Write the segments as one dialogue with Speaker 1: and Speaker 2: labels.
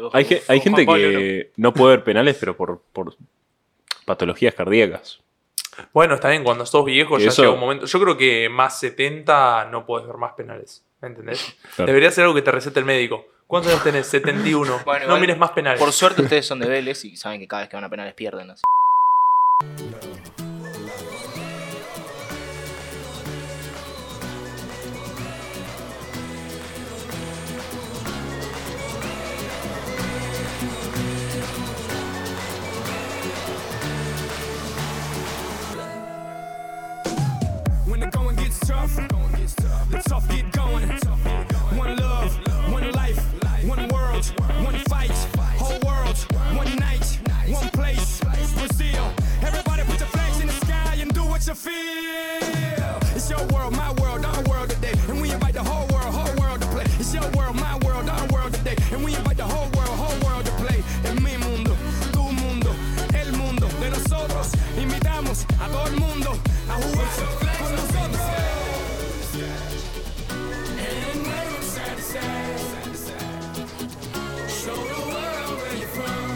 Speaker 1: dos.
Speaker 2: Hay, ge- hay
Speaker 1: Con
Speaker 2: gente
Speaker 1: Juan Pablo,
Speaker 2: que no puede ver penales, pero por, por patologías cardíacas.
Speaker 1: no. Bueno, está bien, cuando sos viejo
Speaker 2: Y
Speaker 1: ya
Speaker 2: eso-
Speaker 1: llega un momento. Yo creo que más 70 no podés ver más penales. ¿Me entendés?
Speaker 2: Claro.
Speaker 1: Debería ser algo que te recete el médico. ¿Cuántos años tenés? 71.
Speaker 3: Bueno,
Speaker 1: no
Speaker 3: igual-
Speaker 1: mires más penales.
Speaker 3: Por suerte ustedes son de Vélez y saben que cada vez que van a penales pierden. Así.
Speaker 4: When the going gets tough, the tough get going. One love, one life, one world, one fight, whole world, one night, one place, Brazil. Everybody put your flags in the sky and do what you feel. It's your world, my world, our world today, and we invite the whole world, whole world to play. It's your world, my world, our world today, and we invite the whole world, whole world to play. En mi mundo, tu mundo, el mundo de nosotros. Invitamos a todo el mundo a jugar con nosotros. And now it's side to side. Show the world where you're from.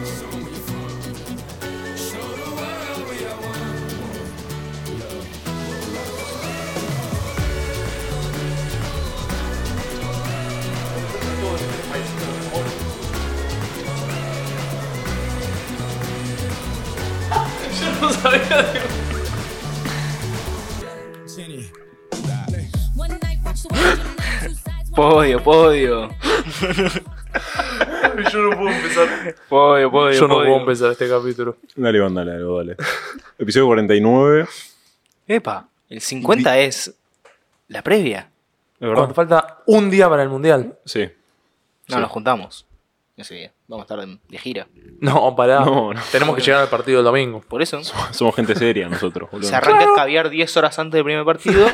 Speaker 4: Show the world we are one. Jenny.
Speaker 3: Podio, podio.
Speaker 1: Yo no puedo empezar.
Speaker 3: Podio, podio.
Speaker 1: Yo no
Speaker 3: podio.
Speaker 1: puedo empezar este capítulo.
Speaker 2: Dale, Iván, dale, algo, dale. Episodio 49.
Speaker 3: Epa, el 50 es la previa.
Speaker 2: ¿Es
Speaker 1: Cuando
Speaker 2: verdad?
Speaker 1: falta un día para el mundial.
Speaker 2: Sí.
Speaker 3: No,
Speaker 2: Sí.
Speaker 3: nos juntamos ese día. Vamos a estar de, de gira.
Speaker 1: No, pará.
Speaker 2: No, no.
Speaker 1: Tenemos que llegar al partido del domingo.
Speaker 3: Por eso
Speaker 2: Somos gente seria nosotros, boludo.
Speaker 3: se arranca el caviar 10 horas antes del primer partido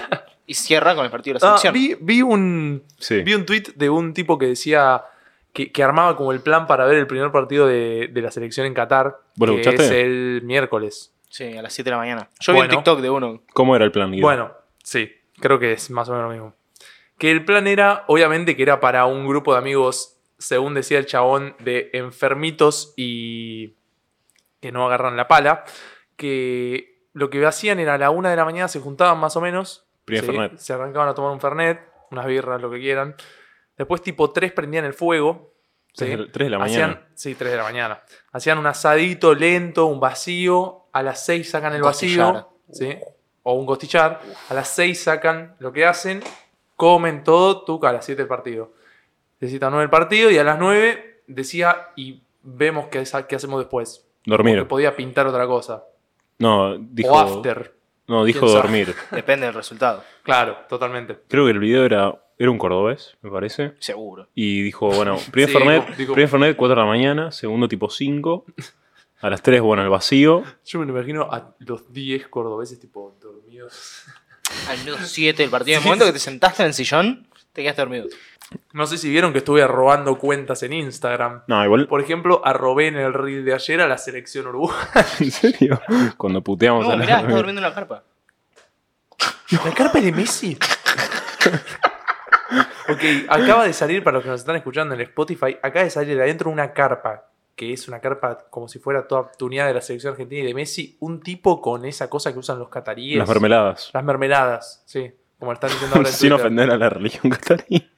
Speaker 3: y cierra con el partido de la
Speaker 1: Ah,
Speaker 3: selección.
Speaker 1: vi, vi un
Speaker 2: Sí.
Speaker 1: vi un tweet de un tipo que decía que, que armaba como el plan para ver el primer partido de, de la selección en Qatar.
Speaker 2: ¿Vos lo
Speaker 1: que
Speaker 2: escuchaste?
Speaker 1: es el miércoles.
Speaker 3: Sí, a las 7 de la mañana. Yo vi
Speaker 1: Bueno.
Speaker 3: un TikTok de uno.
Speaker 2: ¿Cómo era el plan, Guido?
Speaker 1: Bueno, sí, creo que es más o menos lo mismo. Que el plan era, obviamente, que era para un grupo de amigos, según decía el chabón, de enfermitos y que no agarran la pala, que lo que hacían era a la una de la mañana se juntaban más o menos,
Speaker 2: Primer
Speaker 1: se,
Speaker 2: Fernet.
Speaker 1: se arrancaban a tomar un fernet, unas birras, lo que quieran. Después tipo tres prendían el fuego.
Speaker 2: Tres
Speaker 1: ¿sí?
Speaker 2: de la- tres de la
Speaker 1: Hacían-
Speaker 2: mañana.
Speaker 1: sí, 3 de la mañana. Hacían un asadito lento, un vacío. A las 6 sacan el
Speaker 3: Un costillar.
Speaker 1: vacío. ¿sí? O un costillar. A las 6 sacan lo que hacen. Comen todo. Tuca a las 7 el partido. Necesitan 9 el partido. Y a las 9 decía, y vemos qué, sa- qué hacemos después. Que
Speaker 2: Dormir.
Speaker 1: podía pintar otra cosa.
Speaker 2: No, dijo.
Speaker 1: O after.
Speaker 2: No, dijo
Speaker 1: ¿Quién sabe?
Speaker 2: dormir.
Speaker 3: Depende del resultado,
Speaker 1: Claro, totalmente.
Speaker 2: Creo que el video era, era un cordobés, me parece.
Speaker 3: seguro.
Speaker 2: Y dijo, bueno, primer
Speaker 1: Sí,
Speaker 2: Fernet,
Speaker 1: dijo- dijo-
Speaker 2: primer Fernet, 4 de la mañana, segundo tipo 5. A las 3, bueno, el vacío.
Speaker 1: Yo me lo imagino a los 10 cordobeses tipo dormidos.
Speaker 3: Al minuto 7 del partido. En el momento que te sentaste en el sillón, te quedaste dormido.
Speaker 1: No sé si vieron que estuve robando cuentas en Instagram.
Speaker 2: No, igual.
Speaker 1: Por ejemplo, arrobé en el reel de ayer a la selección uruguaya.
Speaker 2: ¿En serio? Cuando puteamos a
Speaker 3: No,
Speaker 2: la-
Speaker 3: mirá, estás durmiendo en la carpa.
Speaker 1: ¿La carpa de Messi? ok, acaba de salir, para los que nos están escuchando en el Spotify, acaba de salir de adentro una carpa, que es una carpa como si fuera toda tuneada de la selección argentina y de Messi, un tipo con esa cosa que usan los cataríes.
Speaker 2: Las mermeladas.
Speaker 1: Las mermeladas, sí. Como están diciendo ahora en
Speaker 2: Sin
Speaker 1: Twitter.
Speaker 2: ofender a la religión catarí.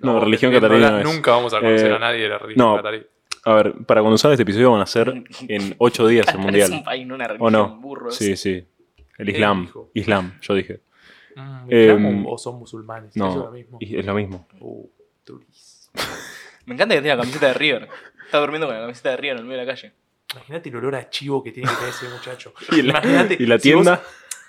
Speaker 2: No, religión
Speaker 1: en
Speaker 2: catarí
Speaker 1: verdad,
Speaker 2: no es.
Speaker 1: Nunca vamos a conocer
Speaker 2: Eh,
Speaker 1: a nadie de la religión
Speaker 2: no.
Speaker 1: catarí.
Speaker 2: A ver, para cuando salga este episodio van a ser en 8 días el
Speaker 3: Es un
Speaker 2: mundial.
Speaker 3: país, no una
Speaker 2: ¿O
Speaker 3: religión,
Speaker 2: no?
Speaker 3: burros.
Speaker 2: Sí, sí. El
Speaker 1: Él
Speaker 2: Islam.
Speaker 1: dijo.
Speaker 2: Islam, yo dije.
Speaker 1: Mm,
Speaker 2: Eh,
Speaker 1: ¿islam o, o son musulmanes? Eso es lo
Speaker 2: No,
Speaker 1: mismo.
Speaker 2: y- es lo mismo.
Speaker 1: Uh, durísimo.
Speaker 3: Me encanta que tiene la camiseta de River. Está durmiendo con la camiseta de River en el medio de la calle.
Speaker 1: Imagínate el olor a chivo que tiene que tener ese muchacho.
Speaker 2: Y la,
Speaker 1: Imagínate.
Speaker 2: y la
Speaker 1: si vos-
Speaker 2: tienda.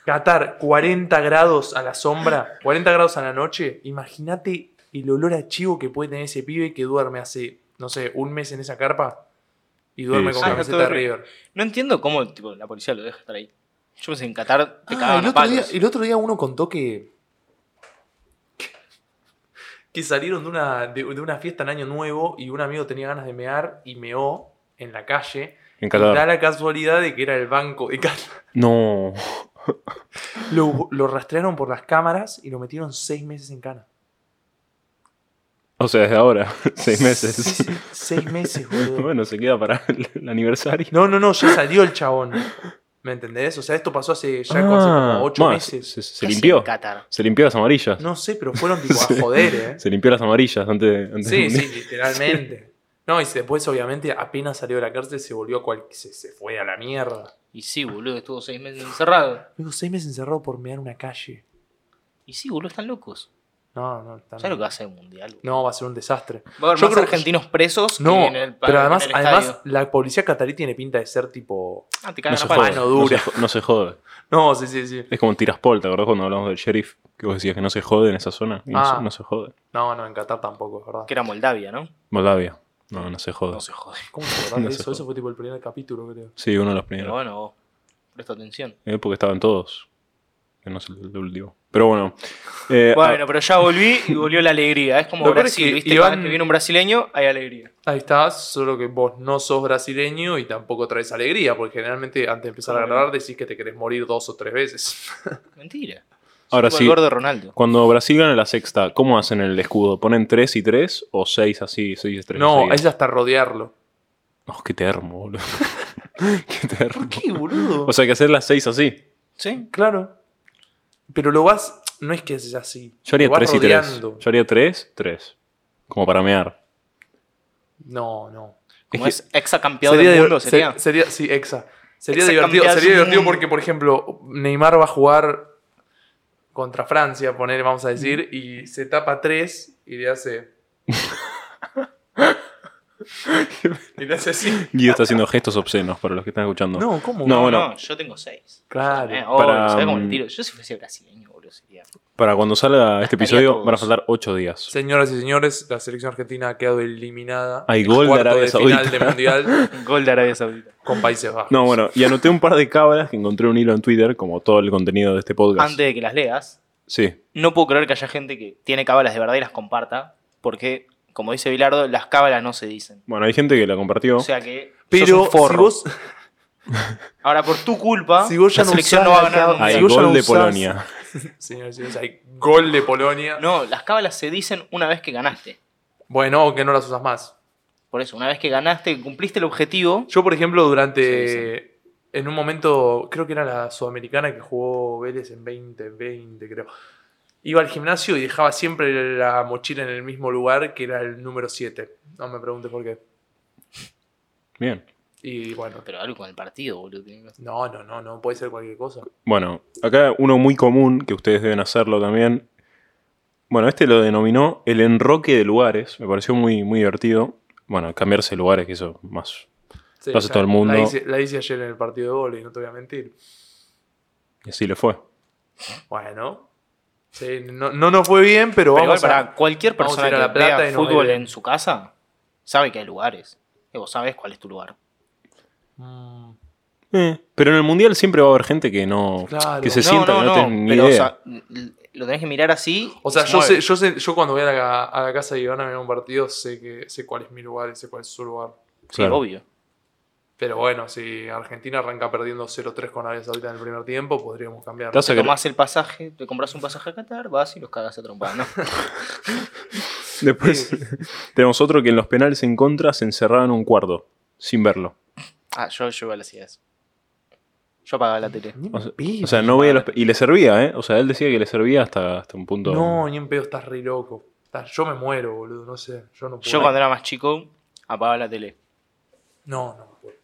Speaker 1: Qatar, 40 grados a la sombra, 40 grados a la noche. Imagínate el olor a chivo que puede tener ese pibe que duerme hace, no sé, un mes en esa carpa y
Speaker 2: Sí,
Speaker 1: duerme con
Speaker 2: sí.
Speaker 3: Ah,
Speaker 1: camiseta
Speaker 3: no,
Speaker 1: de
Speaker 3: todo
Speaker 1: River.
Speaker 3: No entiendo cómo tipo, la policía lo deja estar ahí. Yo pensé que en Qatar te
Speaker 1: Ah,
Speaker 3: cagaban
Speaker 1: el,
Speaker 3: a
Speaker 1: otro día,
Speaker 3: palos.
Speaker 1: el otro día uno contó que. que salieron de una, de, de una fiesta en Año Nuevo y un amigo tenía ganas de mear y meó en la calle.
Speaker 2: En
Speaker 1: Y da
Speaker 2: Qatar.
Speaker 1: la casualidad de que era el banco de Qatar.
Speaker 2: No.
Speaker 1: Lo, lo rastrearon por las cámaras y lo metieron seis meses en cana.
Speaker 2: O sea, desde ahora, seis meses.
Speaker 1: Seis meses, boludo.
Speaker 2: bueno, se queda para el, el aniversario.
Speaker 1: No, no, no, ya salió el chabón. ¿Me entendés? O sea, esto pasó hace ya como- hace
Speaker 2: Ah,
Speaker 1: como ocho
Speaker 2: bueno,
Speaker 1: meses.
Speaker 2: Se, se- se
Speaker 3: ¿Qué hace
Speaker 2: limpió.
Speaker 3: en Qatar?
Speaker 2: Se limpió las amarillas.
Speaker 1: No sé, pero fueron tipo a joder, ¿eh?
Speaker 2: Se limpió las amarillas antes de. antes
Speaker 1: Sí,
Speaker 2: del
Speaker 1: sí,
Speaker 2: mundial.
Speaker 1: literalmente. No, y después, obviamente, apenas salió de la cárcel, se volvió cual... se, se fue a la mierda.
Speaker 3: Y sí, boludo, estuvo seis meses encerrado.
Speaker 1: Digo, seis meses encerrado por mirar una calle.
Speaker 3: Y sí, boludo, están locos.
Speaker 1: No, no, está
Speaker 3: ¿Sabes lo que va a ser el mundial? boludo?
Speaker 1: No, va a ser un desastre.
Speaker 3: Va a haber
Speaker 1: Yo
Speaker 3: más
Speaker 1: creo-
Speaker 3: argentinos presos que
Speaker 1: No,
Speaker 3: en el
Speaker 1: pero además,
Speaker 3: en el
Speaker 1: además
Speaker 3: estadio.
Speaker 1: la policía catarí tiene pinta de ser tipo.
Speaker 3: Ah, te
Speaker 2: No
Speaker 3: cagan
Speaker 2: se
Speaker 3: a
Speaker 2: jode.
Speaker 3: palo.
Speaker 1: mano dura.
Speaker 2: No se, jo- no se jode.
Speaker 1: No, sí, sí, sí.
Speaker 2: Es como en Tiraspol, ¿te acordás cuando hablamos del sheriff? Que vos decías que no se jode en esa zona. Y no
Speaker 1: Ah.
Speaker 2: se- no se jode.
Speaker 1: No, no, en Qatar tampoco, es verdad.
Speaker 3: Que era Moldavia, ¿no?
Speaker 2: Moldavia. No, no se jode.
Speaker 3: No se jode.
Speaker 1: ¿Cómo te acordás de
Speaker 2: No se
Speaker 1: eso?
Speaker 2: jode.
Speaker 1: Eso fue tipo el primer capítulo, creo.
Speaker 2: Sí, uno de los
Speaker 3: Pero
Speaker 2: primeros.
Speaker 3: bueno, vos, presta atención.
Speaker 2: Eh, porque estaban todos. Que no es el, el último. Pero bueno. eh,
Speaker 3: Bueno, pero ya volví y volvió la alegría. Es como
Speaker 1: Lo peor es
Speaker 3: Brasil,
Speaker 1: que
Speaker 3: ¿viste?
Speaker 1: Iván-
Speaker 3: Cada vez que viene un brasileño, hay alegría.
Speaker 1: Ahí está, solo que vos no sos brasileño y tampoco traes alegría, porque generalmente antes de empezar a
Speaker 3: Claro.
Speaker 1: grabar decís que te querés morir dos o tres veces.
Speaker 3: Mentira.
Speaker 2: Ahora
Speaker 3: Como
Speaker 2: sí.
Speaker 3: El gordo Ronaldo.
Speaker 2: Cuando Brasil gana la sexta, ¿cómo hacen el escudo? ¿Ponen 3 y 3 o 6 así, 6 y 3?
Speaker 1: no, es hasta rodearlo.
Speaker 2: qué termo, boludo. qué termo.
Speaker 1: ¿Qué, boludo?
Speaker 2: O sea, que hacer las 6 así.
Speaker 3: ¿Sí?
Speaker 1: claro. Pero lo vas. No es que es así.
Speaker 2: Yo haría
Speaker 1: lo vas
Speaker 2: 3 y 3.
Speaker 1: rodeando.
Speaker 2: Yo haría 3, 3. Como para mear.
Speaker 1: No, no.
Speaker 3: Como
Speaker 2: Es
Speaker 3: es, exacampeón del
Speaker 1: diver-
Speaker 3: mundo,
Speaker 1: se-
Speaker 3: sería.
Speaker 1: sería- Sí, exa. Sería
Speaker 3: Exa
Speaker 1: divertido,
Speaker 3: campeón
Speaker 1: sería
Speaker 3: del
Speaker 1: divertido
Speaker 3: mundo.
Speaker 1: porque, por ejemplo, Neymar va a jugar contra Francia, poner, vamos a decir,
Speaker 3: Mm.
Speaker 1: y se tapa tres y le hace. y le hace así.
Speaker 2: Guido está haciendo gestos obscenos para los que están escuchando.
Speaker 1: Ah, No, ¿cómo?
Speaker 2: No, bueno.
Speaker 3: No, yo tengo seis.
Speaker 1: Claro.
Speaker 3: Eh, obvio,
Speaker 2: para,
Speaker 3: ¿sabés cómo
Speaker 2: mm,
Speaker 3: le tiro? Yo si fuese brasileño, boludo, sería.
Speaker 2: Para cuando salga este
Speaker 3: Haría
Speaker 2: episodio
Speaker 3: todos.
Speaker 2: van a faltar 8 días.
Speaker 1: Señoras y señores, la selección argentina ha quedado eliminada.
Speaker 2: Hay
Speaker 1: en
Speaker 2: gol de
Speaker 1: cuarto
Speaker 2: Arabia
Speaker 1: final
Speaker 2: Saudita.
Speaker 1: de mundial
Speaker 3: Gol de Arabia Saudita.
Speaker 1: con Países Bajos.
Speaker 2: No, bueno, y anoté un par de cábalas que encontré un hilo en Twitter, como todo el contenido de este podcast.
Speaker 3: Antes de que las leas,
Speaker 2: Sí.
Speaker 3: no puedo creer que haya gente que tiene cábalas de verdad y las comparta. Porque, como dice Bilardo, las cábalas no se dicen.
Speaker 2: Bueno, hay gente que la compartió.
Speaker 3: O sea que. sos
Speaker 1: Pero
Speaker 3: un forro.
Speaker 1: si vos,
Speaker 3: Ahora, por tu culpa,
Speaker 1: Si vos ya
Speaker 3: la
Speaker 1: no
Speaker 3: selección
Speaker 1: usás
Speaker 3: no va a
Speaker 1: la
Speaker 3: ganar. el
Speaker 1: cábala-
Speaker 2: Hay
Speaker 1: si
Speaker 3: mundial.
Speaker 1: vos ya
Speaker 2: gol
Speaker 1: lo
Speaker 2: de
Speaker 1: usás-
Speaker 2: Polonia.
Speaker 1: señoras y señores, hay gol de Polonia.
Speaker 3: No, las cábalas se dicen una vez que ganaste.
Speaker 1: Bueno, o que no las usas más.
Speaker 3: Por eso, una vez que ganaste, cumpliste el objetivo.
Speaker 1: Yo, por ejemplo, durante.
Speaker 3: Sí,
Speaker 1: En un momento, creo que era la sudamericana que jugó Vélez en 2020, creo. Iba al gimnasio y dejaba siempre la mochila en el mismo lugar, que era el número 7. No me preguntes por qué.
Speaker 2: Bien.
Speaker 1: Y bueno.
Speaker 3: Pero algo con el partido, boludo. tiene que-
Speaker 1: No, no, no, no puede ser cualquier cosa.
Speaker 2: Bueno, acá uno muy común, que ustedes deben hacerlo también. Bueno, este lo denominó el enroque de lugares. Me pareció muy, muy divertido. Bueno, cambiarse de lugares, que eso más.
Speaker 1: Sí,
Speaker 2: Lo hace
Speaker 1: ya,
Speaker 2: todo el mundo.
Speaker 1: La hice, la hice ayer en el partido de vóley, no te voy a mentir.
Speaker 2: Y así le fue.
Speaker 1: Bueno. Sí, no, no nos fue bien, pero,
Speaker 3: Pero igual,
Speaker 1: vamos a...
Speaker 3: para cualquier
Speaker 1: vamos a
Speaker 3: persona
Speaker 1: ir a
Speaker 3: que
Speaker 1: La Plata
Speaker 3: vea
Speaker 1: y nos va a ir
Speaker 3: fútbol
Speaker 1: bien.
Speaker 3: en su casa, sabe que hay lugares. Y vos sabés cuál es tu lugar.
Speaker 1: Mm,
Speaker 2: Eh, Pero en el mundial siempre va a haber gente que no.
Speaker 1: Claro.
Speaker 2: Que se
Speaker 3: No,
Speaker 2: sienta
Speaker 3: no,
Speaker 2: que no,
Speaker 3: no,
Speaker 2: tiene ni
Speaker 3: pero, o
Speaker 2: idea.
Speaker 3: sea, l- lo tenés que mirar así.
Speaker 1: O
Speaker 3: y
Speaker 1: sea,
Speaker 3: se
Speaker 1: yo,
Speaker 3: mueve.
Speaker 1: sé, yo, sé, yo cuando voy a la, a la casa de Iván a ver un partido, sé, que, sé cuál es mi lugar y sé cuál es su lugar.
Speaker 3: Sí,
Speaker 2: Claro.
Speaker 3: obvio.
Speaker 1: Pero bueno, si Argentina arranca perdiendo 0-3 con Arabia Saudita en el primer tiempo, podríamos cambiar.
Speaker 2: Estás-
Speaker 3: Te
Speaker 2: que-
Speaker 3: tomás el pasaje, te compras un pasaje a Qatar, vas y los cagas a trompar, ¿no?
Speaker 2: Después tenemos otro que en los penales en contra se encerraba en un cuarto, sin verlo.
Speaker 3: Ah, yo, yo igual hacía eso. Yo apagaba la tele.
Speaker 1: Ni en
Speaker 2: O sea,
Speaker 1: pedo.
Speaker 2: o sea, no veía los. pe- Y le servía, ¿eh? O sea, él decía que le servía hasta, hasta un punto.
Speaker 1: no, ni en pedo, estás re loco. Estás- yo me muero, boludo, no sé. Yo no puedo.
Speaker 3: Yo cuando era más chico, apagaba la tele.
Speaker 1: No, no puedo.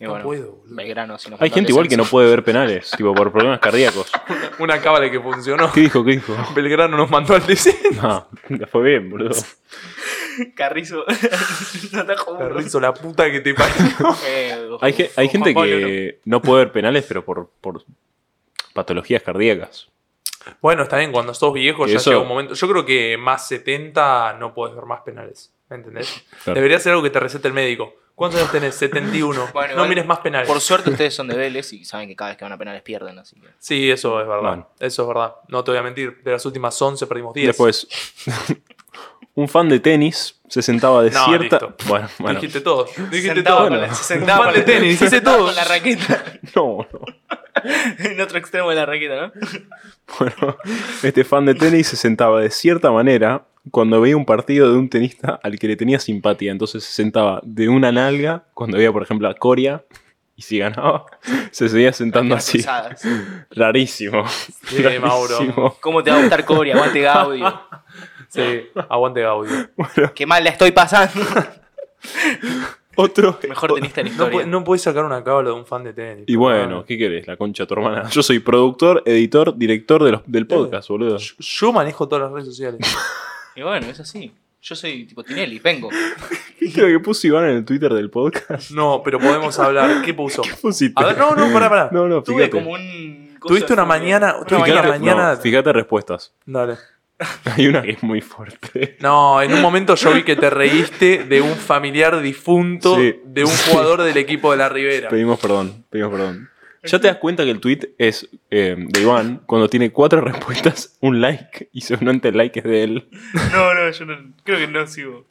Speaker 3: Y
Speaker 1: No
Speaker 3: bueno,
Speaker 1: puedo, boludo.
Speaker 3: Belgrano, si nos
Speaker 2: Hay
Speaker 3: falta
Speaker 2: gente igual que no
Speaker 3: descenso.
Speaker 2: puede ver penales, tipo por problemas cardíacos.
Speaker 1: Una cábala que funcionó.
Speaker 2: ¿Qué dijo? ¿Qué dijo?
Speaker 1: Belgrano nos mandó al descenso.
Speaker 2: Ah, No, le fue bien, boludo.
Speaker 3: Carrizo. no te juro.
Speaker 1: Carrizo, la puta que te parió.
Speaker 3: Eh,
Speaker 2: Hay, ge- hay
Speaker 3: Juan
Speaker 2: gente
Speaker 3: Pablo,
Speaker 2: que no puede ver penales, pero por, por patologías cardíacas.
Speaker 1: Bueno, está bien, cuando sos viejo
Speaker 2: Que
Speaker 1: ya
Speaker 2: eso-
Speaker 1: llega un momento. Yo creo que más 70 no podés ver más penales. ¿Me entendés?
Speaker 2: Claro.
Speaker 1: Debería ser algo que te recete el médico. ¿Cuántos años tenés? 71.
Speaker 3: Bueno,
Speaker 1: no
Speaker 3: igual-
Speaker 1: mires más
Speaker 3: no.
Speaker 1: penales.
Speaker 3: Por suerte ustedes son de Vélez y saben que cada vez que van a penales pierden, así que.
Speaker 1: Sí, eso es verdad.
Speaker 2: Bueno.
Speaker 1: Eso es verdad. No te voy a mentir. De las últimas 11 perdimos 10.
Speaker 2: Después, un fan de tenis se sentaba de
Speaker 1: No,
Speaker 2: cierta.
Speaker 1: listo.
Speaker 2: Bueno, bueno.
Speaker 1: Dijiste todo. Dijiste
Speaker 3: Sentado
Speaker 1: todo.
Speaker 3: con la-
Speaker 1: Un
Speaker 3: se sentaba
Speaker 1: fan
Speaker 3: con
Speaker 1: de
Speaker 3: la-
Speaker 1: tenis. Hice
Speaker 3: sentado
Speaker 1: todo.
Speaker 3: Con la raqueta.
Speaker 2: No, no.
Speaker 3: en otro extremo de la raqueta, ¿no?
Speaker 2: Bueno, este fan de tenis se sentaba de cierta manera cuando veía un partido de un tenista al que le tenía simpatía. Entonces se sentaba de una nalga cuando veía, por ejemplo, a Coria. Y si ganaba, se seguía sentando
Speaker 3: Las
Speaker 2: así.
Speaker 3: cruzadas.
Speaker 2: Rarísimo.
Speaker 1: Sí, Mauro.
Speaker 2: rarísimo.
Speaker 3: ¿Cómo te va a gustar Coria? Aguante Gaudio.
Speaker 1: Sí, aguante Gaudio.
Speaker 3: Qué mal la estoy pasando.
Speaker 2: Otro.
Speaker 3: Mejor tenista de la
Speaker 1: No,
Speaker 3: historia.
Speaker 1: pu- no podés sacar una cábala de un fan de tenis.
Speaker 2: Y bueno, ¿qué querés? La concha de tu hermana. Yo soy productor, editor, director de los- del podcast, boludo.
Speaker 1: Yo- Yo manejo todas las redes sociales.
Speaker 3: Y bueno, es así. Yo soy tipo Tinelli, vengo.
Speaker 2: ¿Viste lo que puso Iván en el Twitter del podcast?
Speaker 1: No, pero podemos hablar. ¿Qué puso?
Speaker 2: Pusiste.
Speaker 1: A ver, no, no, pará, pará.
Speaker 2: No, no,
Speaker 3: Tuve
Speaker 2: fíjate.
Speaker 3: como un. coso
Speaker 1: Tuviste
Speaker 3: de
Speaker 1: una
Speaker 3: fútbol.
Speaker 1: mañana-
Speaker 3: Una
Speaker 1: tuviste
Speaker 3: mañana-
Speaker 1: una
Speaker 2: Fíjate,
Speaker 1: mañana-
Speaker 2: no, fíjate respuestas.
Speaker 1: Dale.
Speaker 2: Hay una que es muy fuerte.
Speaker 1: No, en un momento yo vi que te reíste de un familiar difunto
Speaker 2: Sí.
Speaker 1: de un jugador del equipo de la Ribera.
Speaker 2: Pedimos perdón, pedimos perdón. Ya te das cuenta que el tweet es eh, de Iván cuando tiene cuatro respuestas, un like y seguramente el like es de él.
Speaker 3: No, no, yo no, creo que no sigo.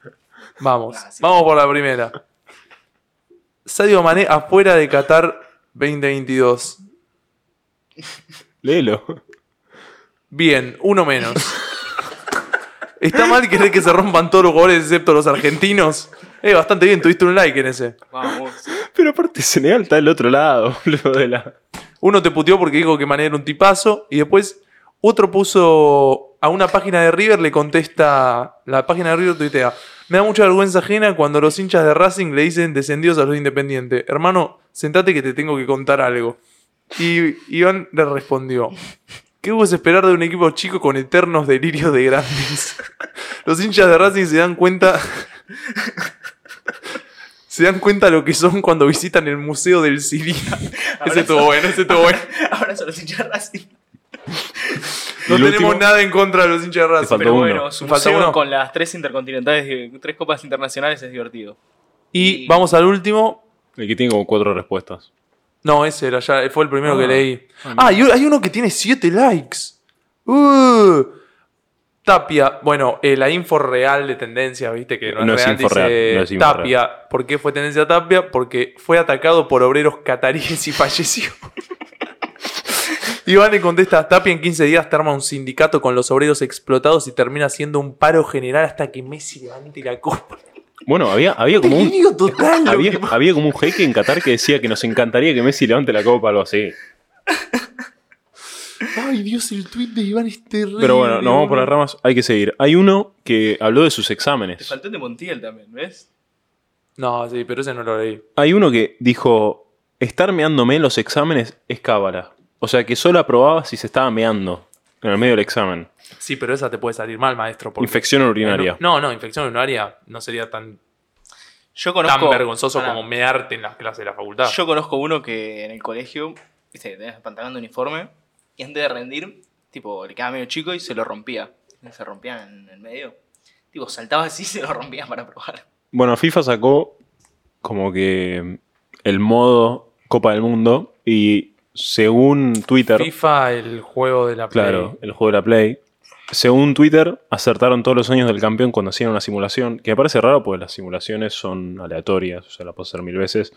Speaker 1: Vamos,
Speaker 3: Ah, sí.
Speaker 1: vamos por la primera. Sadio Mané afuera de Qatar 2022.
Speaker 2: Léelo.
Speaker 1: Bien, uno menos. ¿Está mal querer que se rompan todos los jugadores excepto los argentinos? Eh, bastante bien, tuviste un like en ese.
Speaker 3: Vamos.
Speaker 2: Pero aparte, Senegal está del otro lado, boludo, de la.
Speaker 1: Uno te puteó porque dijo que Mané era un tipazo. Y después otro puso a una página de River, le contesta. La página de River tuitea. Me da mucha vergüenza ajena cuando los hinchas de Racing le dicen descendidos a los independientes. Hermano, sentate que te tengo que contar algo. Y Iván le respondió. ¿Qué puedes esperar de un equipo chico con eternos delirios de grandes? Los hinchas de Racing se dan cuenta. Se dan cuenta lo que son cuando visitan el Museo del CD. Ese estuvo bueno, ese estuvo bueno.
Speaker 3: Ahora solo se hincha Racing.
Speaker 1: No
Speaker 2: El
Speaker 1: tenemos
Speaker 2: último-
Speaker 1: nada en contra de los hinchas de Racing.
Speaker 2: Faltó
Speaker 3: Pero
Speaker 2: uno.
Speaker 3: bueno, su
Speaker 1: Falta
Speaker 3: museo
Speaker 1: uno.
Speaker 3: con las tres intercontinentales, tres copas internacionales es divertido.
Speaker 1: Y vamos al último.
Speaker 2: El que tiene como cuatro respuestas.
Speaker 1: No, ese era ya, fue el primero
Speaker 2: Ah.
Speaker 1: que leí. Ah, y hay uno que tiene 7 likes. Uh. Tapia, bueno, eh, la info real de tendencia, viste que no,
Speaker 2: No es
Speaker 1: es real,
Speaker 2: info
Speaker 1: dice
Speaker 2: real, no es info
Speaker 1: Tapia. ¿Por qué fue tendencia Tapia? Porque fue atacado por obreros cataríes y falleció. Iván le contesta, Tapia en 15 días te arma un sindicato con los obreros explotados y termina haciendo un paro general hasta que Messi levante la copa.
Speaker 2: Bueno, había, había como un.
Speaker 1: Delirio total. lo
Speaker 2: Había,
Speaker 1: que pasa.
Speaker 2: había como un jeque en Qatar que decía que nos encantaría que Messi levante la copa o algo así.
Speaker 1: Ay, Dios, el tweet de Iván es terrible.
Speaker 2: Pero bueno, nos vamos por
Speaker 1: boludo.
Speaker 2: las ramas, hay que seguir. Hay uno que habló de sus
Speaker 3: Te
Speaker 2: exámenes.
Speaker 3: faltó el de Montiel también, ¿ves?
Speaker 1: No, sí, pero ese no lo leí.
Speaker 2: Hay uno que dijo, estar meándome en los exámenes es cábala. O sea que solo aprobaba si se estaba meando en el medio del examen.
Speaker 1: Sí, pero esa te puede salir mal, maestro. porque-
Speaker 2: Infección urinaria.
Speaker 1: No, no, infección urinaria no sería tan,
Speaker 3: Yo
Speaker 1: tan
Speaker 3: conozco.
Speaker 1: vergonzoso
Speaker 3: Pará.
Speaker 1: como mearte en las clases de la facultad.
Speaker 3: Yo conozco uno que en el colegio, viste, tenías el pantalón de uniforme y antes de rendir, tipo, le quedaba medio chico y se lo rompía. Se rompía en el medio. Tipo, saltaba así y se lo rompía para probar.
Speaker 2: Bueno, FIFA sacó como que el modo Copa del Mundo y según Twitter...
Speaker 1: FIFA, el juego de la Play.
Speaker 2: Claro, el juego de la Play. Según Twitter, acertaron todos los años del campeón cuando hacían una simulación, que me parece raro porque las simulaciones son aleatorias, o sea, la puedes hacer mil veces.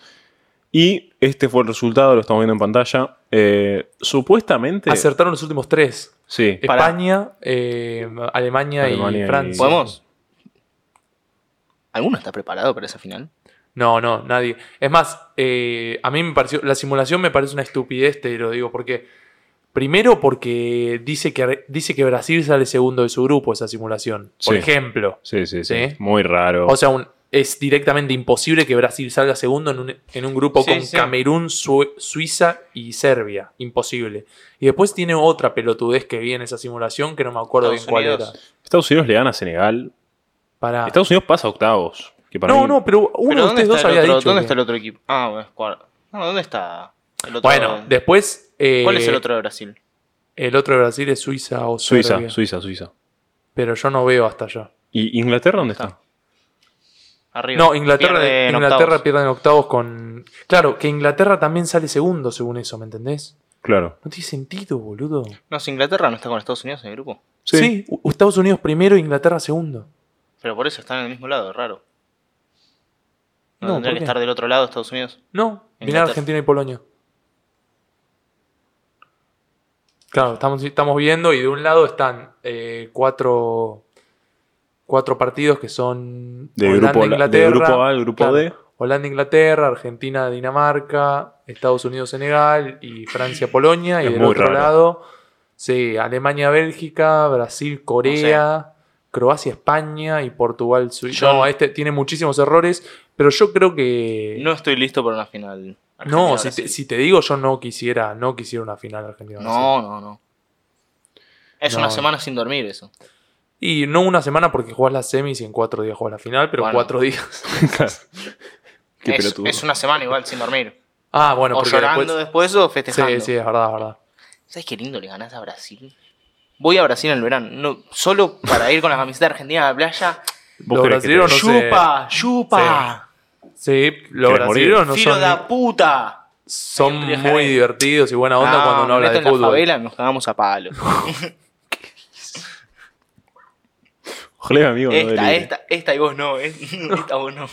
Speaker 2: Y este fue el resultado, lo estamos viendo en pantalla. Eh, supuestamente...
Speaker 1: Acertaron los últimos tres.
Speaker 2: sí,
Speaker 3: Pará.
Speaker 1: España, eh, Alemania,
Speaker 2: Alemania
Speaker 1: y
Speaker 2: y-
Speaker 1: Francia.
Speaker 3: ¿Podemos? ¿Alguno está preparado para esa final?
Speaker 1: No, no, nadie. Es más, eh, a mí me pareció. La simulación me parece una estupidez, te lo digo, porque. Primero, porque dice que, dice que Brasil sale segundo de su grupo esa simulación. Por
Speaker 2: Sí.
Speaker 1: ejemplo.
Speaker 2: sí, sí, sí,
Speaker 1: Sí.
Speaker 2: Muy raro.
Speaker 1: O sea, un- es directamente imposible que Brasil salga segundo en un, en un grupo
Speaker 3: Sí,
Speaker 1: con
Speaker 3: sí.
Speaker 1: Camerún, Su- Suiza y Serbia. Imposible. Y después tiene otra pelotudez que vi en esa simulación que no me acuerdo
Speaker 3: Estados
Speaker 1: bien
Speaker 3: Unidos.
Speaker 1: cuál era.
Speaker 2: Estados Unidos le gana a Senegal.
Speaker 1: Pará.
Speaker 2: Estados Unidos pasa a octavos. Que para
Speaker 1: Ah. no,
Speaker 2: mí-
Speaker 1: no, pero uno de ustedes dos
Speaker 3: el
Speaker 1: había
Speaker 3: otro,
Speaker 1: dicho.
Speaker 3: ¿Dónde
Speaker 1: que-
Speaker 3: está el otro equipo? Ah, bueno, es cuarto. No, ¿dónde está el otro?
Speaker 1: Bueno, después. eh,
Speaker 3: ¿Cuál es el otro de Brasil?
Speaker 1: El otro de Brasil es Suiza o
Speaker 2: Suiza,
Speaker 1: Serbia.
Speaker 2: Suiza, Suiza.
Speaker 1: Pero yo no veo hasta allá.
Speaker 2: ¿Y Inglaterra dónde está?
Speaker 3: Arriba.
Speaker 1: No, Inglaterra,
Speaker 3: Pierde en
Speaker 1: Inglaterra
Speaker 3: octavos.
Speaker 1: pierde en octavos con. Claro, que Inglaterra también sale segundo, según eso, ¿me entendés?
Speaker 2: Claro.
Speaker 1: No tiene sentido, boludo.
Speaker 3: No, si Inglaterra no está con Estados Unidos en el grupo.
Speaker 2: Sí.
Speaker 1: Sí, U- Estados Unidos primero, Inglaterra segundo.
Speaker 3: Pero por eso están en el mismo lado, es raro. No,
Speaker 1: No,
Speaker 3: tendría
Speaker 1: ¿por
Speaker 3: que
Speaker 1: qué?
Speaker 3: estar del otro lado Estados Unidos.
Speaker 1: No, mirá
Speaker 3: Inglaterra.
Speaker 1: Argentina y Polonia. Claro, estamos, estamos viendo y de un lado están eh, cuatro, cuatro partidos que son
Speaker 2: De grupo, A- de grupo A al grupo
Speaker 1: claro,
Speaker 2: D.
Speaker 1: Holanda, Inglaterra, Argentina, Dinamarca, Estados Unidos, Senegal y Francia, Polonia. Y
Speaker 2: Es
Speaker 1: del
Speaker 2: muy
Speaker 1: otro
Speaker 2: raro.
Speaker 1: lado, sí, Alemania, Bélgica, Brasil, Corea, Croacia, España y Portugal, Suiza.
Speaker 3: Yo-
Speaker 1: No, este tiene muchísimos errores, pero yo creo que.
Speaker 3: Eh, No estoy listo para una final.
Speaker 1: No,
Speaker 3: Argentina,
Speaker 1: si te,
Speaker 3: Brasil.
Speaker 1: si te digo, yo no quisiera, no quisiera una final argentina. Brasil.
Speaker 3: No, no, no. Es
Speaker 1: No.
Speaker 3: una semana sin dormir eso.
Speaker 1: Y no una semana porque jugás las semis y en cuatro días jugás la final, pero
Speaker 3: Bueno.
Speaker 1: cuatro días.
Speaker 2: Qué
Speaker 3: es,
Speaker 2: pelotudo.
Speaker 3: es una semana igual sin dormir.
Speaker 1: Ah, bueno,
Speaker 3: o
Speaker 1: porque
Speaker 3: llorando
Speaker 1: después.
Speaker 3: después, o festejando.
Speaker 1: Sí, sí, es verdad, es verdad.
Speaker 3: ¿Sabes qué lindo le ganás a Brasil? Voy a Brasil en el verano. No, solo para ir con la camiseta argentina a la playa.
Speaker 2: ¿Vos
Speaker 1: Los
Speaker 2: creés que te-
Speaker 1: brasileños no- sé.
Speaker 3: ¡Yupa! ¡Yupa!
Speaker 1: Sí, los
Speaker 2: ¿Querés morir?
Speaker 1: brasileños no
Speaker 3: ¡Filo
Speaker 1: son,
Speaker 3: da puta!
Speaker 1: son
Speaker 3: Siempre
Speaker 1: muy
Speaker 3: dejaré.
Speaker 1: divertidos y buena onda
Speaker 3: Ah,
Speaker 1: cuando no
Speaker 3: me meto
Speaker 1: hablan de
Speaker 3: en la
Speaker 1: fútbol.
Speaker 3: favela y nos cagamos a palo.
Speaker 2: Ojalá mi amigo no
Speaker 3: esta,
Speaker 2: delire.
Speaker 3: esta, esta y vos no, ¿eh? Esta vos no.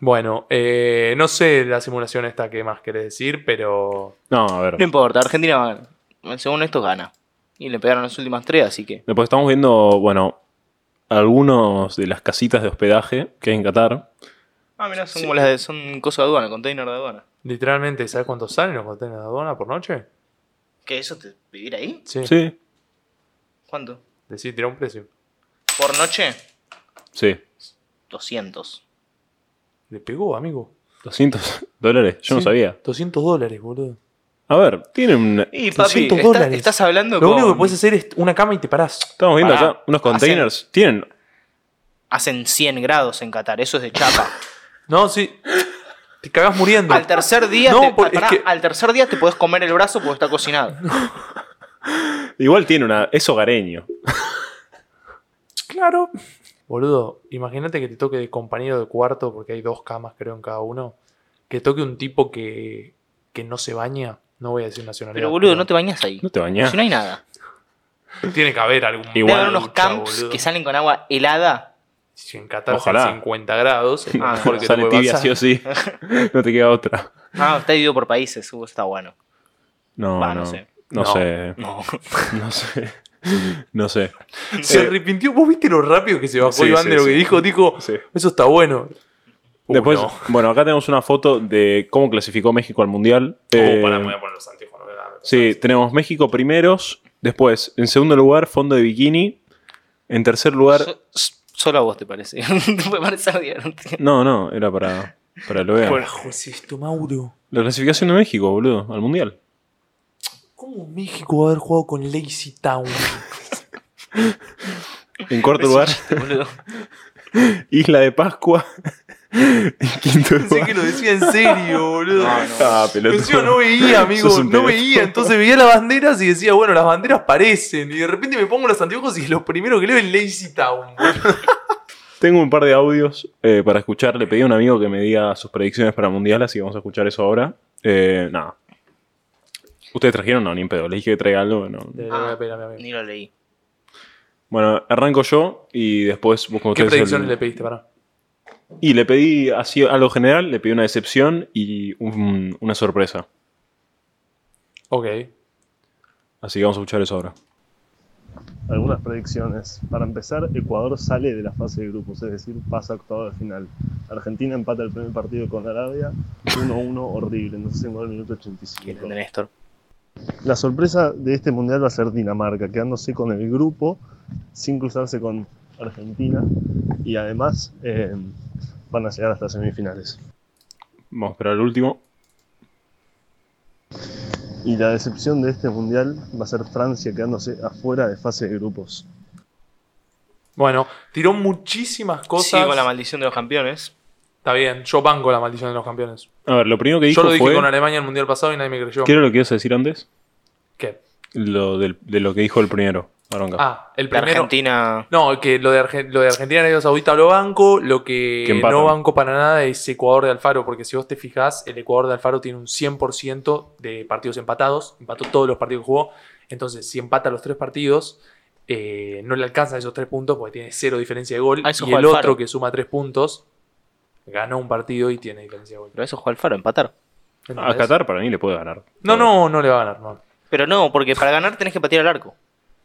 Speaker 1: Bueno, eh, no sé la simulación esta que más querés decir, pero.
Speaker 2: No, a ver.
Speaker 3: No importa, Argentina va a ganar. Según esto gana. Y le pegaron las últimas tres, así que.
Speaker 2: Después estamos viendo, bueno, algunos de las casitas de hospedaje que hay en Qatar.
Speaker 3: Ah, mirá, son como las de. Son cosas de aduana, container de aduana.
Speaker 1: Literalmente, ¿sabes cuánto salen los contenedores de aduana por noche?
Speaker 3: ¿Qué eso? Te, ¿Vivir ahí?
Speaker 1: Sí.
Speaker 2: Sí,
Speaker 3: ¿Cuánto?
Speaker 1: Decí, tirá un precio.
Speaker 3: ¿Por noche?
Speaker 2: sí.
Speaker 3: 200.
Speaker 1: Le pegó, amigo.
Speaker 2: 200 dólares, yo no
Speaker 1: Sí,
Speaker 2: sabía.
Speaker 1: 200 dólares, boludo.
Speaker 2: A ver, tienen una-
Speaker 3: Y papi,
Speaker 1: 200
Speaker 3: estás-
Speaker 1: dólares.
Speaker 3: estás hablando
Speaker 1: Lo
Speaker 3: con.
Speaker 1: único que puedes hacer es una cama y te parás.
Speaker 2: Estamos viendo
Speaker 3: Pará,
Speaker 2: acá unos containers. Tienen.
Speaker 3: Hacen 100 grados en Qatar, eso es de chapa.
Speaker 1: No, sí. Te cagás muriendo.
Speaker 3: al tercer día.
Speaker 1: No,
Speaker 3: te,
Speaker 1: por- es
Speaker 3: pará,
Speaker 1: que-
Speaker 3: Al tercer día te podés comer el brazo porque está cocinado.
Speaker 2: Igual tiene una. Es hogareño.
Speaker 1: Claro. Boludo, imagínate que te toque de compañero de cuarto, porque hay dos camas, creo, en cada uno. Que toque un tipo que, que no se baña. No voy a decir nacionalidad.
Speaker 3: Pero boludo, no te bañás ahí.
Speaker 2: No te bañás.
Speaker 3: Si no hay nada.
Speaker 1: Tiene que haber algún.
Speaker 2: Igual.
Speaker 3: Debe haber unos
Speaker 1: ducha,
Speaker 3: camps
Speaker 1: boludo.
Speaker 3: que salen con agua helada.
Speaker 1: Si en Qatar
Speaker 2: Ojalá.
Speaker 1: son 50 grados, es lo
Speaker 3: Ah,
Speaker 1: mejor que te
Speaker 2: Sale
Speaker 1: puede
Speaker 2: tibia
Speaker 1: pasar.
Speaker 2: sí o sí. No te queda otra.
Speaker 3: Ah, está dividido por países, uh, está bueno.
Speaker 2: No,
Speaker 3: Va,
Speaker 2: no.
Speaker 3: no
Speaker 2: No sé.
Speaker 3: sé.
Speaker 2: No
Speaker 1: No.
Speaker 2: sé.
Speaker 3: No.
Speaker 2: No sé. No sé.
Speaker 1: Se
Speaker 2: Eh,
Speaker 1: arrepintió. ¿Vos viste lo rápido que se bajó
Speaker 2: Sí,
Speaker 1: Iván
Speaker 2: sí,
Speaker 1: de lo
Speaker 2: sí.
Speaker 1: que dijo? Dijo,
Speaker 2: Sí.
Speaker 1: eso está bueno. Uh,
Speaker 2: Después,
Speaker 1: no.
Speaker 2: bueno, acá tenemos una foto de cómo clasificó México al Mundial. Eh,
Speaker 1: Oh, pará, me voy a poner los anteojos, no me da-
Speaker 2: Sí, tenemos México primeros. Después, en segundo lugar, fondo de bikini. En tercer lugar.
Speaker 3: So- s- solo a vos te parece. Me parece divertido.
Speaker 2: No, no, era para, para lo vean.
Speaker 1: Carajo, es esto, pues, este, Mauro?
Speaker 2: La clasificación de México, boludo, al mundial.
Speaker 1: ¿Cómo México va a haber jugado con Lazy Town?
Speaker 2: En cuarto lugar,
Speaker 3: Boludo.
Speaker 2: Isla de Pascua. en quinto
Speaker 1: Pensé
Speaker 2: lugar.
Speaker 1: que lo decía en serio, boludo.
Speaker 3: No, no.
Speaker 2: Ah, pelotudo.
Speaker 1: Encima no veía, amigo,
Speaker 2: Sos un
Speaker 1: no
Speaker 2: pelotudo.
Speaker 1: veía. Entonces veía las banderas y decía, bueno, las banderas parecen. Y de repente me pongo los anteojos y lo primero que leo es Lazy Town. boludo.
Speaker 2: Tengo un par de audios eh, para escuchar. Le pedí a un amigo que me diga sus predicciones para el mundial, así que vamos a escuchar eso ahora. Eh, nada. ¿Ustedes trajeron? No, ni en pedo. Les dije que traiga algo. no.
Speaker 3: Ah, ni lo leí.
Speaker 2: Bueno, arranco yo y después busco
Speaker 1: ¿Qué
Speaker 2: ustedes
Speaker 1: predicciones
Speaker 2: el-
Speaker 1: le pediste, para?
Speaker 2: Y le pedí así algo general, le pedí una decepción y un- una sorpresa.
Speaker 1: Ok.
Speaker 2: Así que vamos a escuchar eso ahora.
Speaker 5: algunas predicciones. Para empezar, Ecuador sale de la fase de grupos, es decir, pasa a octavo de final. Argentina empata el primer partido con Arabia, 1-1 horrible, no sé en el minuto
Speaker 3: Bien,
Speaker 5: 85.
Speaker 3: de Néstor.
Speaker 5: La sorpresa de este mundial va a ser Dinamarca, quedándose con el grupo sin cruzarse con Argentina y además eh, van a llegar hasta semifinales.
Speaker 2: Vamos a esperar al último.
Speaker 5: Y la decepción de este mundial va a ser Francia quedándose afuera de fase de grupos.
Speaker 1: Bueno, tiró muchísimas cosas.
Speaker 3: Sigo la maldición de los campeones.
Speaker 1: Está bien, yo banco la maldición de los campeones.
Speaker 2: A ver, lo primero que dijo
Speaker 1: Yo lo dije
Speaker 2: fue...
Speaker 1: con Alemania en el Mundial pasado y nadie me creyó.
Speaker 2: ¿Qué era lo que ibas a decir antes?
Speaker 1: ¿Qué?
Speaker 2: Lo del- de lo que dijo el primero, Aronca.
Speaker 1: Ah, el
Speaker 3: La
Speaker 1: primero.
Speaker 3: Argentina.
Speaker 1: No, que lo de, Arge- lo de Argentina y Arabia Saudita lo banco, lo que
Speaker 2: Que empatan.
Speaker 1: no banco para nada es Ecuador de Alfaro, porque si vos te fijás, el Ecuador de Alfaro tiene un 100% de partidos empatados, empató todos los partidos que jugó, entonces si empata los tres partidos, eh, no le alcanzan esos tres puntos porque tiene cero diferencia de gol,
Speaker 3: Ah, eso
Speaker 1: y
Speaker 3: juega
Speaker 1: el
Speaker 3: Alfaro.
Speaker 1: otro que suma tres puntos, ganó un partido y tiene diferencia de gol.
Speaker 3: Pero eso juega Alfaro, empatar.
Speaker 2: a
Speaker 1: ¿Entendés?
Speaker 2: Qatar para mí le puede ganar.
Speaker 1: No, no, no le va a ganar, no.
Speaker 3: Pero no, porque para ganar tenés que patear al arco.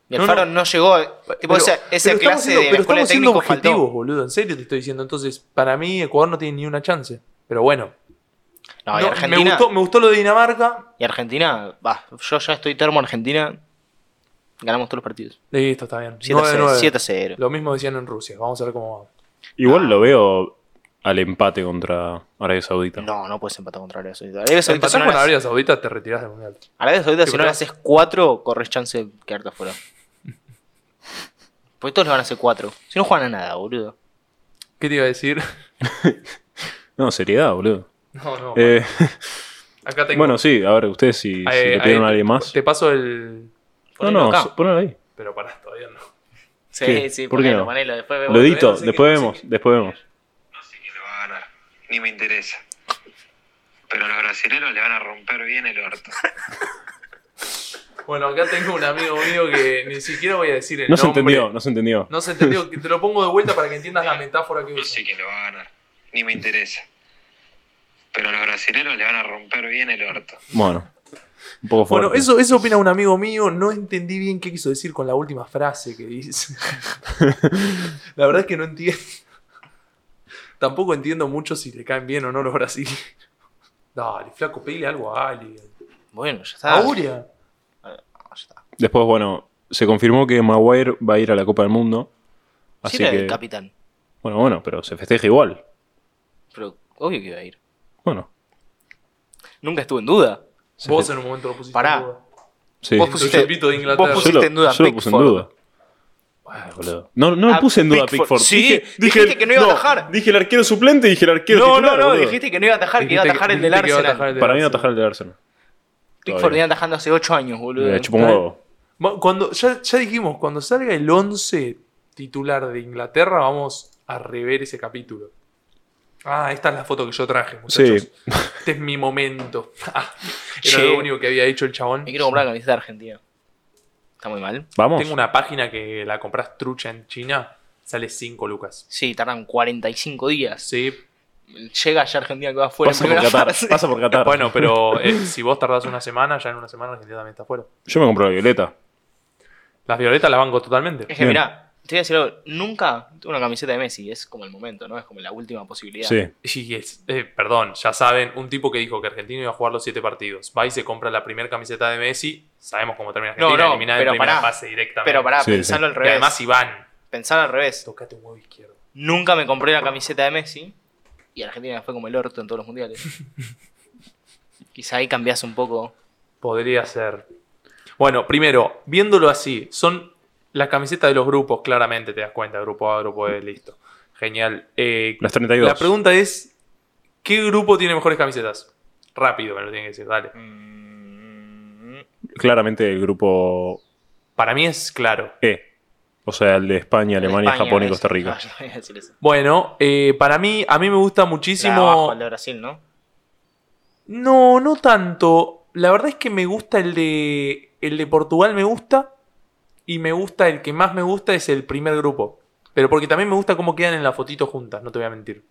Speaker 3: Y
Speaker 1: No,
Speaker 3: Alfaro
Speaker 1: no.
Speaker 3: no, llegó. a- Tipo,
Speaker 1: Pero-
Speaker 3: esa, esa
Speaker 1: pero estamos
Speaker 3: clase
Speaker 1: siendo-
Speaker 3: de la
Speaker 1: pero
Speaker 3: escuela
Speaker 1: estamos siendo
Speaker 3: técnico
Speaker 1: objetivos,
Speaker 3: faltó.
Speaker 1: boludo, en serio te estoy diciendo. Entonces, para mí Ecuador no tiene ni una chance. Pero bueno,
Speaker 3: No, y
Speaker 1: No,
Speaker 3: Argentina.
Speaker 1: me, gustó, me gustó lo de Dinamarca.
Speaker 3: Y Argentina, va, yo ya estoy termo Argentina. Ganamos todos los partidos.
Speaker 1: Listo, está bien.
Speaker 3: 7 a 0.
Speaker 1: 9-9.
Speaker 3: 7 a 0.
Speaker 1: Lo mismo decían en Rusia. Vamos a ver cómo va.
Speaker 2: Igual lo veo al empate contra Arabia Saudita.
Speaker 3: No, no puedes empatar contra Arabia Saudita. Arabia Saudita, si
Speaker 1: Empatás
Speaker 3: no
Speaker 1: con
Speaker 3: le haces-
Speaker 1: Arabia Saudita, te retirás del mundial.
Speaker 3: Arabia Saudita, si
Speaker 1: Tipo,
Speaker 3: no le
Speaker 1: te-
Speaker 3: haces 4, corres chance de quedarte afuera. Porque todos le van a hacer 4. Si no juegan a nada, boludo.
Speaker 1: ¿Qué te iba a decir?
Speaker 2: No, seriedad, boludo.
Speaker 1: No, no.
Speaker 2: Eh,
Speaker 1: acá tengo.
Speaker 2: bueno, sí, a ver, ustedes si, si
Speaker 1: Eh,
Speaker 2: le pidieron a
Speaker 1: ahí
Speaker 2: alguien más.
Speaker 1: Te paso el.
Speaker 2: No,
Speaker 3: Ponelo
Speaker 2: no,
Speaker 3: acá.
Speaker 2: so- ponelo ahí.
Speaker 1: Pero pará, todavía no.
Speaker 3: Sí,
Speaker 2: ¿Qué?
Speaker 3: sí,
Speaker 2: ¿Por qué
Speaker 3: ponelo,
Speaker 2: no?
Speaker 3: ponelo, después vemos.
Speaker 2: Lo edito,
Speaker 3: Todavía no sé
Speaker 2: después
Speaker 3: qué-
Speaker 2: vemos, después vemos.
Speaker 6: No sé quién le va a ganar, ni me interesa. Pero los brasileños le van a romper bien el orto.
Speaker 1: Bueno, acá tengo un amigo mío que ni siquiera voy a decir el
Speaker 2: No se
Speaker 1: nombre.
Speaker 2: entendió, no se entendió.
Speaker 1: No se entendió. que Te lo pongo de vuelta para que entiendas la metáfora que
Speaker 6: No
Speaker 1: uso.
Speaker 6: sé quién le va a ganar, ni me interesa. Pero los brasileños le van a romper bien el orto.
Speaker 2: Bueno, un poco fuerte.
Speaker 1: Bueno, eso, eso opina un amigo mío. No entendí bien qué quiso decir con la última frase que dice. la verdad es que no entiendo. Tampoco entiendo mucho si le caen bien o no los brasileños. Dale, flaco, pedile algo a alguien.
Speaker 3: Bueno, ya está.
Speaker 1: A Uria.
Speaker 3: Ah, ya está.
Speaker 2: Después, bueno, se confirmó que Maguire va a ir a la Copa del Mundo. Así
Speaker 3: Sí, era
Speaker 2: que.
Speaker 3: el capitán.
Speaker 2: Bueno, bueno, pero se festeja igual.
Speaker 3: Pero obvio que iba a ir.
Speaker 2: Bueno.
Speaker 3: Nunca estuve en duda.
Speaker 2: se
Speaker 1: Vos
Speaker 2: fe-
Speaker 1: en un momento lo pusiste.
Speaker 3: Pará.
Speaker 1: en duda.
Speaker 2: sí.
Speaker 3: vos
Speaker 1: Tu
Speaker 3: pusiste-
Speaker 1: chupito de
Speaker 3: vos
Speaker 1: Inglaterra.
Speaker 2: Yo
Speaker 3: pusiste
Speaker 2: lo,
Speaker 3: en duda a
Speaker 2: yo lo puse en
Speaker 3: Pickford.
Speaker 2: duda. Ay, boludo. No, no lo
Speaker 3: A
Speaker 2: puse en duda a
Speaker 3: Pickford.
Speaker 2: Pickford.
Speaker 3: Sí,
Speaker 2: Dije-
Speaker 3: dijiste
Speaker 2: dije-
Speaker 3: que no iba a
Speaker 2: no,
Speaker 3: atajar.
Speaker 2: Dije el arquero suplente y dije el arquero
Speaker 3: no, no,
Speaker 2: titular,
Speaker 3: no,
Speaker 2: boludo.
Speaker 3: dijiste que no iba a atajar, que iba a
Speaker 1: Dijiste-
Speaker 3: atajar el del
Speaker 1: dijiste que iba a
Speaker 3: Arsenal.
Speaker 1: atajar el del
Speaker 2: Para mí no
Speaker 1: Arsenal.
Speaker 2: atajar el de Arsenal.
Speaker 3: Pickford
Speaker 2: Todavía.
Speaker 3: viene atajando hace 8 años, boludo.
Speaker 2: Me chupó un huevo.
Speaker 1: Va- Cuando, ya, ya dijimos, cuando salga el 11 titular de Inglaterra, vamos a rever ese capítulo. Ah, esta es la foto que yo traje, muchachos.
Speaker 2: Sí.
Speaker 1: Este es mi momento. Ah, Era
Speaker 3: Che.
Speaker 1: lo único que había hecho el chabón.
Speaker 3: Me quiero comprar la camiseta de Argentina. Está muy mal.
Speaker 2: Vamos.
Speaker 1: Tengo una página que la compras trucha en China, sale 5 lucas.
Speaker 3: Sí, tardan 45 días.
Speaker 1: Sí,
Speaker 3: Llega ya Argentina que va afuera
Speaker 2: Pasa
Speaker 3: en
Speaker 2: por
Speaker 3: primera
Speaker 2: Qatar.
Speaker 3: fase.
Speaker 2: Pasa por Qatar.
Speaker 1: bueno, pero eh, si vos tardás una semana, ya en una semana Argentina también está fuera.
Speaker 2: Yo me compro la violeta.
Speaker 1: Las violetas las banco totalmente.
Speaker 3: Es que
Speaker 2: Bien.
Speaker 3: mirá, te voy a decir algo. Nunca tuve una camiseta de Messi. Es como el momento, ¿no? Es como la última posibilidad.
Speaker 2: Sí.
Speaker 1: Y es- eh, perdón, ya saben, un tipo que dijo que Argentina iba a jugar los siete partidos. Va y se compra la primera camiseta de Messi. Sabemos cómo termina Argentina,
Speaker 3: No, no,
Speaker 1: eliminada
Speaker 3: pero
Speaker 1: en primera
Speaker 3: pará.
Speaker 1: fase directamente.
Speaker 3: Pero pará,
Speaker 2: Sí,
Speaker 3: pensarlo
Speaker 2: sí.
Speaker 3: al
Speaker 1: Y
Speaker 3: revés.
Speaker 1: además Iván.
Speaker 3: Pensarlo al revés.
Speaker 1: Tocate un huevo izquierdo.
Speaker 3: Nunca me compré la camiseta de Messi. Y Argentina fue como el orto en todos los mundiales. Quizá ahí cambias un poco.
Speaker 1: Podría ser. Bueno, primero, viéndolo así, son las camisetas de los grupos, claramente te das cuenta, grupo A, grupo B, listo. Genial. Eh,
Speaker 2: Las 32.
Speaker 1: la pregunta es, ¿qué grupo tiene mejores camisetas? Rápido, me lo tienen que decir, dale.
Speaker 2: Mm, Claramente el grupo
Speaker 1: Para mí es claro.
Speaker 2: E. O sea, el de España, Alemania,
Speaker 3: España,
Speaker 2: Japón y
Speaker 3: es-
Speaker 2: Costa Rica.
Speaker 3: Ah, yo voy a decir eso.
Speaker 1: Bueno, eh, para mí, a mí me gusta
Speaker 3: La abajo,
Speaker 1: muchísimo...
Speaker 3: el de Brasil, ¿no?
Speaker 1: No, no tanto. La verdad es que me gusta el de. El de Portugal me gusta. Y me gusta, el que más me gusta es el primer grupo. Pero porque también me gusta cómo quedan en la fotito juntas, no te voy a mentir.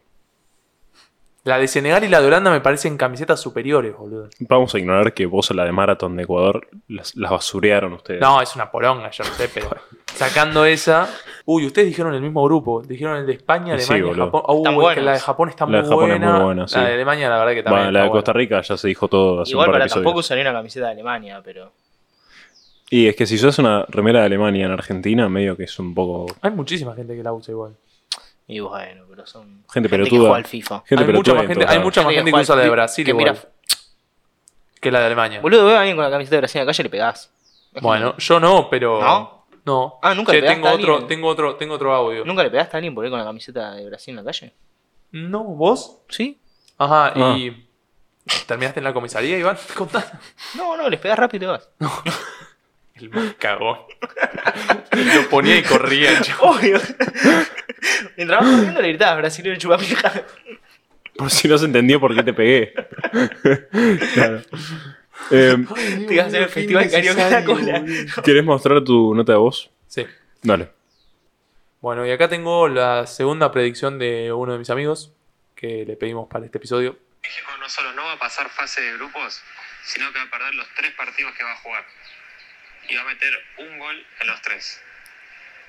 Speaker 1: La de Senegal y la de Holanda me parecen camisetas superiores, boludo.
Speaker 2: Vamos a ignorar que vos a la de Maratón de Ecuador las, las basurearon ustedes.
Speaker 1: No, es una poronga, yo no sé, pero. Sacando esa. Uy, ustedes dijeron el mismo grupo. Dijeron el de España,
Speaker 2: Y sí,
Speaker 1: Alemania,
Speaker 2: boludo.
Speaker 1: Japón. Ah, uy,
Speaker 3: Están
Speaker 1: es que
Speaker 3: buenas.
Speaker 1: la de Japón está
Speaker 2: La de
Speaker 1: muy
Speaker 2: Japón es
Speaker 1: buena.
Speaker 2: muy buena, sí.
Speaker 1: La de Alemania, la verdad que también.
Speaker 2: Va, la de
Speaker 1: está
Speaker 2: Costa
Speaker 1: buena.
Speaker 2: Rica ya se dijo todo hace
Speaker 3: Igual,
Speaker 2: un par de
Speaker 3: pero
Speaker 2: episodios.
Speaker 3: tampoco usaría una camiseta de Alemania, pero.
Speaker 2: Y es que si sos una remera de Alemania en Argentina, medio que es un poco.
Speaker 1: Hay muchísima gente que la usa igual.
Speaker 3: Y bueno, pero son.
Speaker 2: Gente
Speaker 3: que
Speaker 2: pelotuda.
Speaker 3: juega al FIFA.
Speaker 2: Gente
Speaker 1: hay, mucha
Speaker 2: pelotuda
Speaker 1: más
Speaker 2: en
Speaker 1: gente,
Speaker 2: todos
Speaker 1: hay
Speaker 2: lados.
Speaker 1: mucha más
Speaker 3: Sí,
Speaker 1: gente que
Speaker 3: igual,
Speaker 1: usa la de
Speaker 3: que-
Speaker 1: Brasil
Speaker 3: que
Speaker 1: igual,
Speaker 3: mira-
Speaker 1: que la de Alemania.
Speaker 3: Boludo, veo a alguien con la camiseta de Brasil en la calle y le pegás. Es
Speaker 1: Bueno, yo no, pero.
Speaker 3: ¿No?
Speaker 1: No.
Speaker 3: Ah, nunca
Speaker 1: Che,
Speaker 3: le pegaste
Speaker 1: tengo
Speaker 3: a
Speaker 1: otro,
Speaker 3: alguien.
Speaker 1: tengo otro, tengo otro audio.
Speaker 3: como, ¿Nunca le pegaste a alguien por ir con la camiseta de Brasil en la calle?
Speaker 1: No, vos.
Speaker 3: ¿Sí?
Speaker 1: Ajá,
Speaker 2: Ah.
Speaker 1: y. ¿Terminaste en la comisaría, Iván? Contá.
Speaker 3: No, no, les pegás rápido y te vas.
Speaker 1: El más cagón. Lo ponía y corría el chabón.
Speaker 3: Obvio. Mientras vas corriendo le gritabas brasileño chupapija.
Speaker 2: Por si no se entendió por qué te pegué. claro. Eh,
Speaker 3: Te ibas a hacer el festival carioca de la cola.
Speaker 2: ¿Querés mostrar tu nota de voz?
Speaker 1: Sí.
Speaker 2: Dale.
Speaker 1: Bueno, y acá tengo la segunda predicción de uno de mis amigos que le pedimos para este episodio.
Speaker 6: México no solo no va a pasar fase de grupos, sino que va a perder los tres partidos que va a jugar. y va a meter un gol en los tres.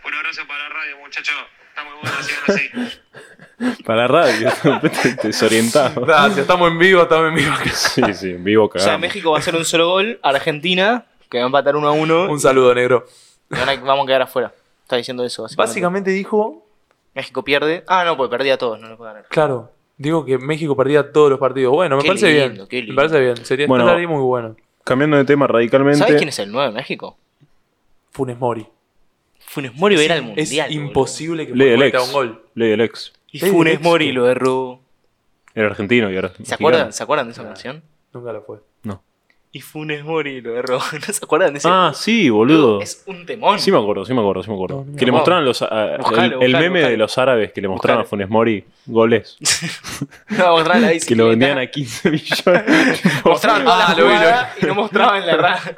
Speaker 6: Un abrazo para la radio, muchachos. Está muy bueno, sigan así.
Speaker 2: Para la radio, de repente desorientado.
Speaker 1: Gracias, estamos en vivo, estamos en vivo.
Speaker 2: Sí, sí, en vivo
Speaker 3: O sea,
Speaker 2: cagamos.
Speaker 3: México va a hacer un solo gol, Argentina, que va a empatar 1 a 1,
Speaker 1: Un saludo, negro.
Speaker 3: y van a- vamos a quedar afuera. Está diciendo eso, básicamente.
Speaker 1: Básicamente dijo,
Speaker 3: México pierde. Ah, no, pues perdí a todos, no lo puedo ganar.
Speaker 1: claro, digo que México perdía todos los partidos. Bueno, me
Speaker 3: Qué
Speaker 1: parece
Speaker 3: lindo, qué
Speaker 1: bien. Me
Speaker 3: lindo.
Speaker 1: parece bien. Sería
Speaker 2: Bueno.
Speaker 1: estaría muy bueno.
Speaker 2: Cambiando de tema radicalmente.
Speaker 3: ¿Sabes quién es el 9 de México?
Speaker 1: Funes Mori.
Speaker 3: Funes Mori va a ir al mundial.
Speaker 1: Es
Speaker 3: boludo.
Speaker 1: imposible que
Speaker 2: Ley
Speaker 1: Funes
Speaker 2: del
Speaker 1: Mori te
Speaker 2: ex.
Speaker 1: haga un gol.
Speaker 2: Ley del ex.
Speaker 3: Y
Speaker 1: Ley del
Speaker 3: Funes
Speaker 1: ex,
Speaker 3: Mori
Speaker 1: que-
Speaker 3: lo erró.
Speaker 2: Era argentino y ahora.
Speaker 3: ¿Se acuerdan, ¿Se acuerdan de esa canción?
Speaker 1: Nunca lo fue.
Speaker 3: Y Funes Mori lo erró. ¿No se acuerdan de ese?
Speaker 2: Ah, sí, boludo.
Speaker 3: Uh, Es un temón.
Speaker 2: Sí me acuerdo, sí me acuerdo, sí me acuerdo.
Speaker 1: No,
Speaker 2: que le
Speaker 3: no.
Speaker 2: mostraron los, a- a-
Speaker 3: Buscalo,
Speaker 2: el, el
Speaker 3: buscalo,
Speaker 2: meme
Speaker 3: buscalo.
Speaker 2: de los árabes que le mostraron
Speaker 3: Buscalo.
Speaker 2: a Funes Mori goles.
Speaker 3: No, mostraban la
Speaker 2: Que lo
Speaker 3: bicicleta,
Speaker 2: vendían a 15 millones.
Speaker 3: Mostraban toda
Speaker 1: Ah,
Speaker 3: la
Speaker 1: lo vi, lo vi.
Speaker 3: jugada y no mostraban la verdad.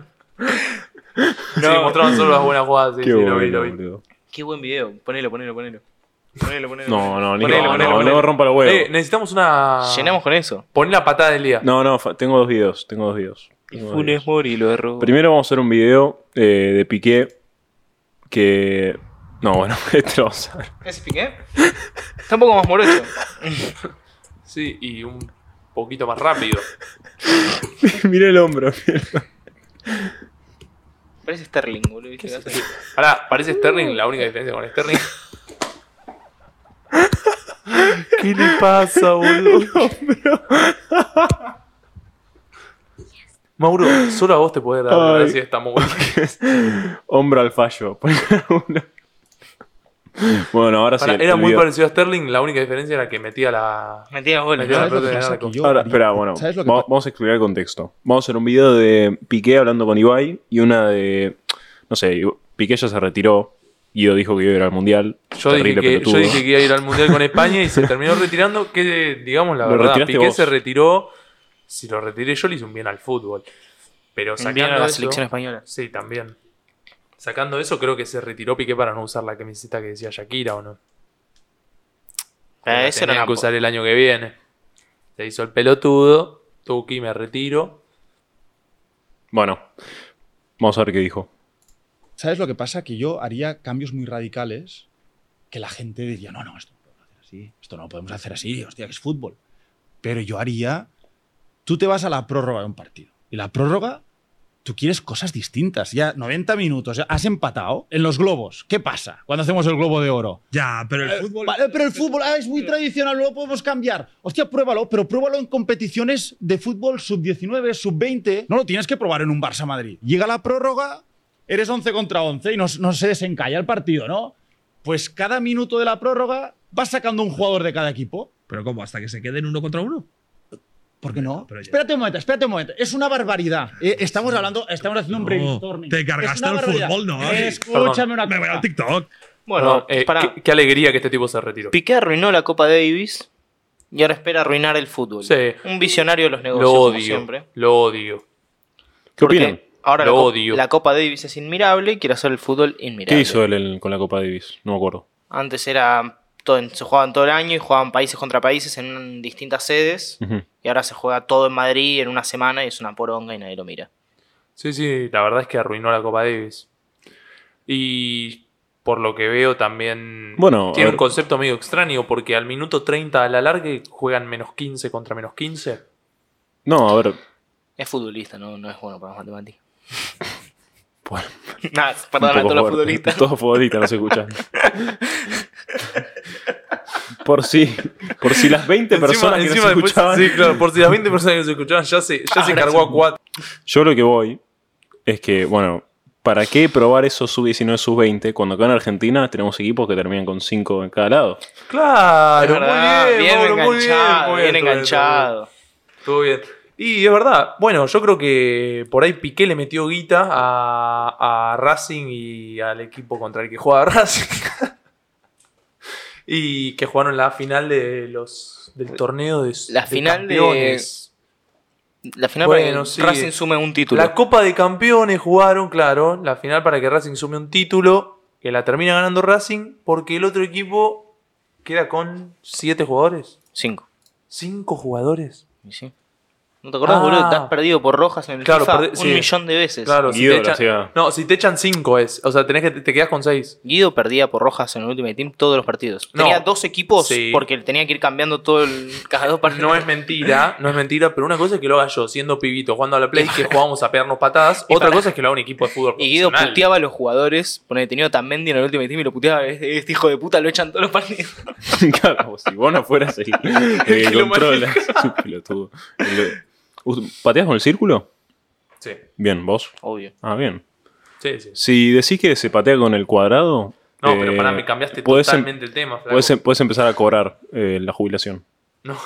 Speaker 1: Sí, mostraron solo las buenas jugadas. Sí,
Speaker 2: Qué
Speaker 1: sí,
Speaker 2: bueno,
Speaker 1: lo vi, lo vi.
Speaker 2: boludo.
Speaker 3: Qué buen video. Ponelo, ponelo, ponelo. Ponelo, ponelo.
Speaker 2: No, no, Nico,
Speaker 1: Ponele,
Speaker 2: no,
Speaker 1: ponele,
Speaker 2: no,
Speaker 1: ponele.
Speaker 2: no rompa los huevos.
Speaker 1: Eh, necesitamos una.
Speaker 3: Llenamos con eso.
Speaker 1: Pon la patada del día.
Speaker 2: No, no, fa- tengo dos videos, tengo dos videos.
Speaker 3: Y
Speaker 2: Tengo dos
Speaker 3: Funes
Speaker 2: videos.
Speaker 3: Mori lo erró.
Speaker 2: Primero vamos a hacer un video eh, de Piqué que... No, bueno, este lo vamos a ver.
Speaker 3: ¿Ese piqué? Está un poco más morocho.
Speaker 1: Sí, y un poquito más rápido.
Speaker 2: Mirá el hombro. mirá el-
Speaker 3: Parece Sterling, boludo. ¿viste?
Speaker 1: Ahora, parece Sterling, la única diferencia con Sterling. ¿Qué le pasa, boludo? Mauro, solo a vos te puede dar
Speaker 2: Ay.
Speaker 1: gracias esta música.
Speaker 2: Hombro al fallo. bueno, ahora sí.
Speaker 1: Pará,
Speaker 2: el-
Speaker 1: era
Speaker 2: el
Speaker 1: muy
Speaker 2: video.
Speaker 1: parecido a Sterling, la única diferencia era que metía la.
Speaker 3: Mentira, boludo.
Speaker 1: metía la
Speaker 7: ¿Sabes lo
Speaker 1: pelota
Speaker 7: que
Speaker 1: en el
Speaker 7: pasa?
Speaker 1: arco.
Speaker 7: Que yo-
Speaker 2: Ahora, espera, bueno.
Speaker 7: ¿Sabes lo que
Speaker 2: va-
Speaker 7: pa-
Speaker 2: Vamos a explicar el contexto. Vamos a hacer un video de Piqué hablando con Ibai y una de. No sé, Piqué ya se retiró. Guido dijo que iba a ir al mundial.
Speaker 1: Yo dije,
Speaker 2: Terrible
Speaker 1: que, yo
Speaker 2: pelotudo.
Speaker 1: dije que iba a ir al Mundial con España y se terminó retirando. Que, digamos la
Speaker 2: Lo
Speaker 1: verdad,
Speaker 2: retiraste
Speaker 1: Piqué
Speaker 2: vos.
Speaker 1: se retiró. Si lo retiré yo, le hice un bien al fútbol. Pero sacando
Speaker 3: Viene a la
Speaker 1: eso-
Speaker 3: selección española.
Speaker 1: Sí, también. Sacando eso, creo que se retiró Piqué para no usar la camiseta que decía Shakira, ¿o no?
Speaker 3: Ah,
Speaker 1: La
Speaker 3: eso era
Speaker 1: tenían
Speaker 3: una
Speaker 1: que
Speaker 3: po-
Speaker 1: usar el año que viene. Se hizo el pelotudo. Tuki, me retiro.
Speaker 2: Bueno, vamos a ver qué dijo.
Speaker 7: ¿Sabes lo que pasa? Que yo haría cambios muy radicales que la gente diría, no, no, esto no podemos hacer así, esto no lo podemos hacer así, hostia, que es fútbol. Pero yo haría, tú te vas a la prórroga de un partido y la prórroga, tú quieres cosas distintas, ya 90 minutos, ya has empatado en los globos, ¿qué pasa cuando hacemos el globo de oro?
Speaker 8: Ya, pero
Speaker 3: Eh,
Speaker 8: el fútbol.
Speaker 7: Vale, pero el fútbol ah, es muy tradicional, no lo podemos cambiar. Hostia, pruébalo, pero pruébalo en competiciones de fútbol sub-19, sub-20. No lo tienes que probar en un Barça-Madrid. Llega la prórroga, eres 11 contra 11 y no, no se desencalla el partido, ¿no? Pues cada minuto de la prórroga vas sacando un jugador de cada equipo.
Speaker 8: Pero ¿cómo? ¿Hasta que se queden uno contra uno?
Speaker 7: ¿Por qué no?
Speaker 8: pero ya-
Speaker 7: Espérate un momento, espérate un momento. Es una barbaridad. Eh, estamos hablando, estamos haciendo un
Speaker 8: No,
Speaker 7: brainstorming.
Speaker 8: te
Speaker 7: Es
Speaker 8: cargaste
Speaker 7: una
Speaker 8: al
Speaker 7: barbaridad. Eh,
Speaker 8: fútbol, ¿no?
Speaker 7: Escúchame una
Speaker 8: Me voy al
Speaker 7: cosa.
Speaker 8: TikTok.
Speaker 3: Bueno,
Speaker 1: Perdón, eh,
Speaker 3: pará.
Speaker 1: qué, qué alegría que este tipo se retiró.
Speaker 3: Piqué arruinó la Copa Davis y ahora espera arruinar el fútbol.
Speaker 1: Sí.
Speaker 3: Un visionario de los negocios,
Speaker 1: Lo
Speaker 3: como
Speaker 1: odio.
Speaker 3: siempre.
Speaker 1: Lo odio.
Speaker 2: ¿Qué
Speaker 3: Porque
Speaker 2: opinan?
Speaker 3: Ahora
Speaker 1: Lo
Speaker 3: la, co-
Speaker 1: odio.
Speaker 3: la Copa Davis es inmirable y quiere hacer el fútbol inmirable.
Speaker 2: ¿Qué hizo él en- con la Copa Davis? No me acuerdo.
Speaker 3: Antes era todo, en- se jugaban todo el año y jugaban países contra países en distintas sedes.
Speaker 2: Ujú.
Speaker 3: Y ahora se juega todo en Madrid en una semana y es una poronga y nadie lo mira.
Speaker 1: Sí, sí, la verdad es que arruinó la Copa Davis. Y por lo que veo también
Speaker 2: Bueno, a
Speaker 1: tiene un
Speaker 2: ver.
Speaker 1: concepto medio extraño porque al minuto 30 a la larga juegan menos 15 contra menos 15.
Speaker 2: No, a ver.
Speaker 3: Es futbolista, no, no es bueno para las matemáticas.
Speaker 2: Bueno,
Speaker 3: Nada,
Speaker 2: un
Speaker 3: perdón a todos
Speaker 2: poco
Speaker 3: los
Speaker 2: fuerte.
Speaker 3: futbolistas.
Speaker 2: Todos futbolistas, no se escuchan. por si, por si las 20 personas que
Speaker 1: encima
Speaker 2: nos
Speaker 1: después-
Speaker 2: escuchaban.
Speaker 1: sí, claro, por si las 20 personas que nos escuchaban ya se, ya se cargó a 4.
Speaker 2: Yo lo que voy es que, bueno, ¿para qué probar esos sub-19, sub-20 cuando acá en Argentina tenemos equipos que terminan con 5 en cada lado?
Speaker 1: Claro,
Speaker 3: Es verdad,
Speaker 1: Ah, muy bien,
Speaker 3: bien
Speaker 1: Mauro, muy bien,
Speaker 3: enganchado,
Speaker 1: muy
Speaker 3: bien
Speaker 1: estuvo
Speaker 3: enganchado.
Speaker 1: Estuvo bien. Y es verdad, bueno, yo creo que por ahí Piqué le metió guita a, a Racing y al equipo contra el que jugaba Racing. y que jugaron la final de los del torneo de
Speaker 3: La
Speaker 1: de
Speaker 3: final de-
Speaker 1: campeones.
Speaker 3: La final
Speaker 1: Bueno,
Speaker 3: para que
Speaker 1: sí.
Speaker 3: Racing sume un título.
Speaker 1: La Copa de Campeones jugaron, claro, la final para que Racing sume un título, que la termina ganando Racing, porque el otro equipo queda con siete jugadores,
Speaker 3: Cinco.
Speaker 1: cinco jugadores.
Speaker 3: Y sí. ¿No te acordás,
Speaker 1: Ah.
Speaker 3: boludo? Te has perdido por rojas en el
Speaker 1: Claro,
Speaker 3: FIFA
Speaker 1: perdí-
Speaker 3: un
Speaker 1: sí.
Speaker 3: millón de veces.
Speaker 1: Claro,
Speaker 2: Guido
Speaker 1: si te
Speaker 2: lo
Speaker 1: echan,
Speaker 2: hacía.
Speaker 1: no, si te echan 5 es. O sea, tenés que te quedas con 6.
Speaker 3: Guido perdía por rojas en el Ultimate Team todos los partidos.
Speaker 1: No.
Speaker 3: Tenía dos equipos
Speaker 1: Sí.
Speaker 3: porque tenía que ir cambiando todo el cada dos partidos.
Speaker 1: No es mentira, no es mentira, pero una cosa es que lo haga yo, siendo pibito, jugando a la Play, que jugábamos a pegarnos patadas.
Speaker 3: Y
Speaker 1: Otra
Speaker 3: pará.
Speaker 1: cosa es que lo haga un equipo de fútbol
Speaker 3: Y Guido
Speaker 1: profesional.
Speaker 3: puteaba a los jugadores. Ponele, tenía a Tamendi en el Ultimate Team y lo puteaba. Este, este hijo de puta lo echan todos los partidos.
Speaker 2: Claro, si vos no fueras el, el que
Speaker 1: que lo
Speaker 2: controla. Es un pelotudo. El- ¿Us- ¿Pateás con el círculo?
Speaker 1: Sí,
Speaker 2: Bien, vos.
Speaker 3: Obvio.
Speaker 2: Ah, bien.
Speaker 1: sí, sí.
Speaker 2: Si decís que se patea con el cuadrado.
Speaker 1: No, pero pará,
Speaker 2: eh,
Speaker 1: me cambiaste
Speaker 2: podés em-
Speaker 1: totalmente el tema. flaco.
Speaker 2: Puedes, em- puedes empezar a cobrar eh, la jubilación.
Speaker 1: No.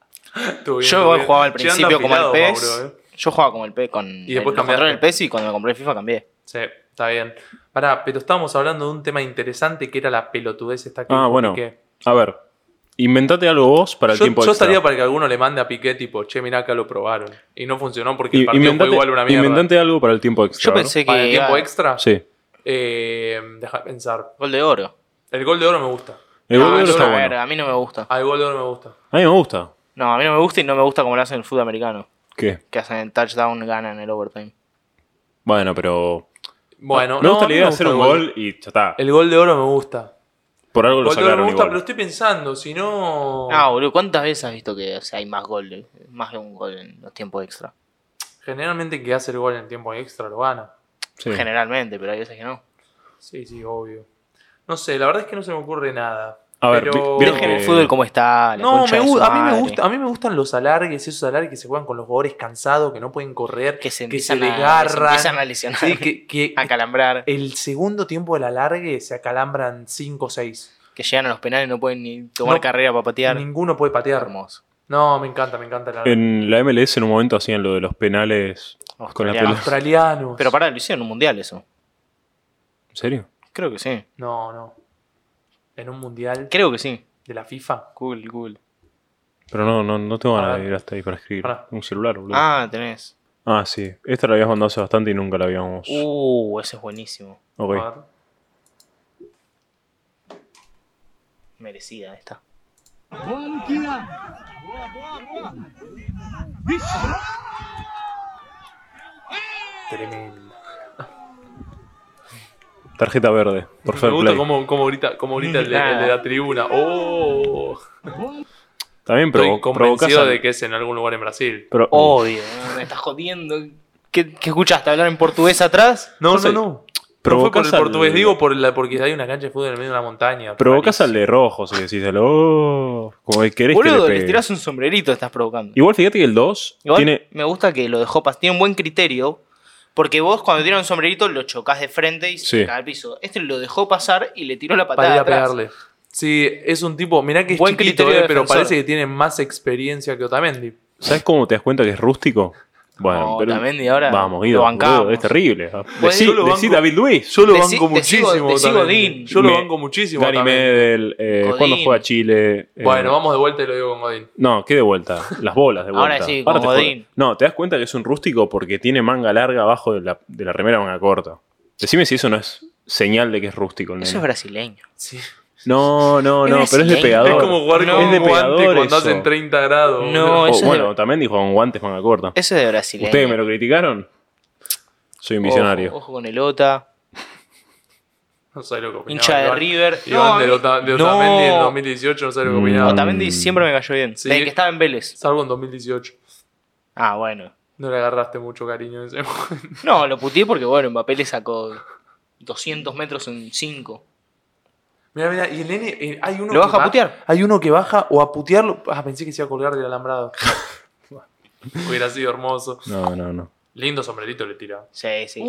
Speaker 1: Estuvo bien,
Speaker 3: Yo
Speaker 1: estuvo bien.
Speaker 3: jugaba al
Speaker 1: Llegando
Speaker 3: principio como el
Speaker 1: afilado,
Speaker 3: PES.
Speaker 1: Mauro, eh.
Speaker 3: Yo jugaba como el PES con
Speaker 1: Y después
Speaker 3: el, los
Speaker 1: cambiaste.
Speaker 3: controles del PES y cuando me compré el FIFA cambié.
Speaker 1: Sí, está bien. Pará, pero estábamos hablando de un tema interesante que era la pelotudez esta que
Speaker 2: Ah,
Speaker 1: dijo
Speaker 2: bueno.
Speaker 1: Piqué.
Speaker 2: A ver, inventate algo vos para el
Speaker 1: Yo,
Speaker 2: tiempo
Speaker 1: yo
Speaker 2: extra.
Speaker 1: estaría para que alguno le mande a Piqué tipo, che, mirá acá lo probaron. Y no funcionó porque el
Speaker 2: I-
Speaker 1: partido
Speaker 2: inventate,
Speaker 1: fue igual una mierda.
Speaker 2: inventate algo para el tiempo extra.
Speaker 3: Yo
Speaker 2: a ver.
Speaker 3: pensé que.
Speaker 1: para el tiempo
Speaker 3: iba-
Speaker 1: extra,
Speaker 2: Sí.
Speaker 1: eh, deja de pensar.
Speaker 3: Gol de oro.
Speaker 1: El gol de oro me gusta.
Speaker 2: El
Speaker 3: No,
Speaker 2: gol de
Speaker 3: es
Speaker 2: oro está
Speaker 3: una
Speaker 2: bueno.
Speaker 3: verga, A mí no me gusta.
Speaker 1: Ah, el gol de oro me gusta.
Speaker 2: A mí me gusta.
Speaker 3: No, a mí no me gusta y no me gusta como lo hacen en el fútbol americano.
Speaker 2: ¿Qué?
Speaker 3: Que hacen el touchdown, ganan el overtime.
Speaker 2: Bueno, pero.
Speaker 1: Bueno,
Speaker 2: Ah, me gusta
Speaker 1: no,
Speaker 2: la idea
Speaker 1: a mí
Speaker 2: de
Speaker 1: me
Speaker 2: hacer
Speaker 1: gusta
Speaker 2: un
Speaker 1: el
Speaker 2: gol y ya está.
Speaker 1: El gol de oro me gusta.
Speaker 2: Por algo
Speaker 1: El
Speaker 2: lo
Speaker 1: gol de oro me
Speaker 2: sacaron
Speaker 1: gusta,
Speaker 2: igual.
Speaker 1: pero estoy pensando, si no.
Speaker 3: Ah, boludo, ¿cuántas veces has visto que o sea, hay más goles? Más de un gol en los tiempos extra.
Speaker 1: Generalmente, que hace el gol en tiempo extra lo gana.
Speaker 2: Sí.
Speaker 3: Generalmente, pero hay veces que no.
Speaker 1: Sí, sí, obvio. No sé, la verdad es que no se me ocurre nada.
Speaker 2: A ver,
Speaker 1: pero...
Speaker 2: vi- eh, vieron
Speaker 3: Dejen
Speaker 2: que-
Speaker 3: el fútbol como está. la
Speaker 1: No,
Speaker 3: concha
Speaker 1: me
Speaker 3: de su
Speaker 1: gu- a mí me
Speaker 3: madre.
Speaker 1: gusta, a mí me gustan los alargues, esos alargues que se juegan con los jugadores cansados, que no pueden correr,
Speaker 3: Que se
Speaker 1: que se
Speaker 3: empiezan, a, se
Speaker 1: desgarran.
Speaker 3: empiezan a lesionar,
Speaker 1: Sí, que, que
Speaker 3: a calambrar,
Speaker 1: el segundo tiempo del alargue se acalambran 5 o 6.
Speaker 3: que llegan a los penales y no pueden ni tomar
Speaker 1: No,
Speaker 3: carrera para patear.
Speaker 1: Ninguno puede patear.
Speaker 3: Hermoso.
Speaker 1: No, me encanta, me encanta el alargue.
Speaker 2: En la MLS en un momento hacían lo de los penales
Speaker 1: Oh,
Speaker 2: con la
Speaker 3: Australiano.
Speaker 2: pelota.
Speaker 1: Australianos.
Speaker 3: Pero pará, lo hicieron en un mundial eso.
Speaker 2: ¿En serio?
Speaker 3: Creo que sí.
Speaker 1: No, no. En un mundial
Speaker 3: Creo que sí.
Speaker 1: de la FIFA.
Speaker 3: Cool, cool.
Speaker 2: Pero no, no, no tengo
Speaker 1: A
Speaker 2: ganas
Speaker 1: ver.
Speaker 2: de ir hasta ahí para escribir.
Speaker 1: Ah. Pará.
Speaker 2: Un celular, boludo. Ah.
Speaker 3: Ah, tenés.
Speaker 2: sí. Esta la habíamos mandado hace bastante y nunca la habíamos.
Speaker 3: Uh, ese es buenísimo.
Speaker 2: ok.
Speaker 1: A ver.
Speaker 3: Merecida esta.
Speaker 1: Tremendo.
Speaker 2: Tarjeta verde. Por
Speaker 1: Me
Speaker 2: fair
Speaker 1: gusta
Speaker 2: play.
Speaker 1: cómo, cómo grita, cómo grita el, de, el de la tribuna. ¡Oh!
Speaker 2: También provo
Speaker 1: Estoy convencido
Speaker 2: provocás al-
Speaker 1: de que es en algún lugar en Brasil.
Speaker 2: pro-
Speaker 3: Obvio, ¿no? Ah, me estás jodiendo. ¿Qué, qué escuchaste? ¿Hablar en portugués atrás?
Speaker 1: No,
Speaker 2: Yo
Speaker 1: no,
Speaker 2: sé.
Speaker 1: no. No fue por
Speaker 2: provocás
Speaker 1: el portugués,
Speaker 2: al-
Speaker 1: digo por la, porque hay una cancha de fútbol en el medio de una montaña.
Speaker 2: Provocás al
Speaker 1: rarísimo.
Speaker 2: de rojo si decís el oh. Como que querés
Speaker 3: Boludo,
Speaker 2: que le
Speaker 3: le
Speaker 2: pegue.
Speaker 3: tirás un sombrerito, estás provocando.
Speaker 2: Igual fíjate que el 2
Speaker 3: Igual
Speaker 2: tiene.
Speaker 3: me gusta que lo dejó pasar. Tiene un buen criterio. Porque vos cuando tiras un sombrerito lo chocas de frente y se
Speaker 2: Sí.
Speaker 3: cae al piso. Este lo dejó pasar y le tiró la
Speaker 1: Para
Speaker 3: patada
Speaker 1: ir a
Speaker 3: atrás.
Speaker 1: pegarle. Sí, es un tipo. Mirá que es
Speaker 3: Buen
Speaker 1: chiquito,
Speaker 3: criterio
Speaker 1: eh,
Speaker 3: de
Speaker 1: pero
Speaker 3: defensor.
Speaker 1: parece que tiene más experiencia que Otamendi.
Speaker 2: ¿Sabes cómo te das cuenta que es rústico? Bueno,
Speaker 3: No,
Speaker 2: pero.
Speaker 3: Otamendi ahora
Speaker 2: Vamos,
Speaker 3: lo
Speaker 2: Guido.
Speaker 3: bancamos.
Speaker 2: boludo, es terrible. Decí,
Speaker 1: yo lo
Speaker 2: decí
Speaker 1: banco.
Speaker 2: David Luis.
Speaker 1: Yo
Speaker 3: Decí-
Speaker 1: lo banco
Speaker 3: te sigo-
Speaker 1: muchísimo.
Speaker 3: te sigo,
Speaker 1: Otamendi.
Speaker 3: Godín.
Speaker 1: Yo lo
Speaker 2: Me-
Speaker 1: bango muchísimo.
Speaker 2: Gary
Speaker 1: Otamendi.
Speaker 2: Medel. Eh,
Speaker 3: Godín.
Speaker 2: ¿Cuándo juega Chile? Eh,
Speaker 1: Bueno, vamos de vuelta y lo digo con Godín.
Speaker 2: No, ¿qué de vuelta? Las bolas de vuelta.
Speaker 3: Ahora sí, como
Speaker 2: te jodas.
Speaker 3: Godín.
Speaker 2: No, te das cuenta que es un rústico porque tiene manga larga abajo de la, de la remera manga corta. Decime si eso no es señal de que es rústico. el
Speaker 3: Eso es
Speaker 2: nene.
Speaker 3: brasileño.
Speaker 1: Sí.
Speaker 2: No, no,
Speaker 3: Es
Speaker 2: no, pero es de
Speaker 3: brasileño.
Speaker 2: pegador.
Speaker 1: Es como jugar
Speaker 3: No,
Speaker 1: con
Speaker 2: es de
Speaker 1: un guante
Speaker 2: pegador
Speaker 1: cuando
Speaker 2: eso.
Speaker 1: hacen 30
Speaker 3: No,
Speaker 1: grados. boludo.
Speaker 2: O,
Speaker 3: eso es
Speaker 2: bueno,
Speaker 3: de-
Speaker 2: también dijo con guantes manga corta.
Speaker 3: Eso es de brasileño.
Speaker 2: ¿Ustedes me lo criticaron? Soy un visionario.
Speaker 3: Ojo, ojo con el OTA.
Speaker 1: No sé lo que opinaba.
Speaker 3: hincha de
Speaker 1: Iván.
Speaker 3: River.
Speaker 1: Iván
Speaker 3: a
Speaker 1: de,
Speaker 3: mí-
Speaker 1: Ota- de
Speaker 3: no.
Speaker 1: Otamendi en 2018, no sé lo que
Speaker 2: Mm.
Speaker 1: opinaba.
Speaker 3: Otamendi siempre me cayó bien.
Speaker 1: Sí.
Speaker 3: Desde que estaba en Vélez.
Speaker 1: Salvo en 2018.
Speaker 3: Ah, bueno.
Speaker 1: No le agarraste mucho cariño en ese momento.
Speaker 3: No, lo puteé porque, bueno, Mbappé le sacó 200 metros en 5.
Speaker 1: Mirá, mirá, y el nene, eh, hay uno
Speaker 3: ¿Lo
Speaker 1: que
Speaker 3: baja a
Speaker 1: ba-
Speaker 3: putear?
Speaker 1: Hay uno que baja o a putearlo. Ah, pensé que se iba a colgar del alambrado. Hubiera sido hermoso.
Speaker 2: No, no, no.
Speaker 1: Lindo sombrerito le tira.
Speaker 3: Sí, sí.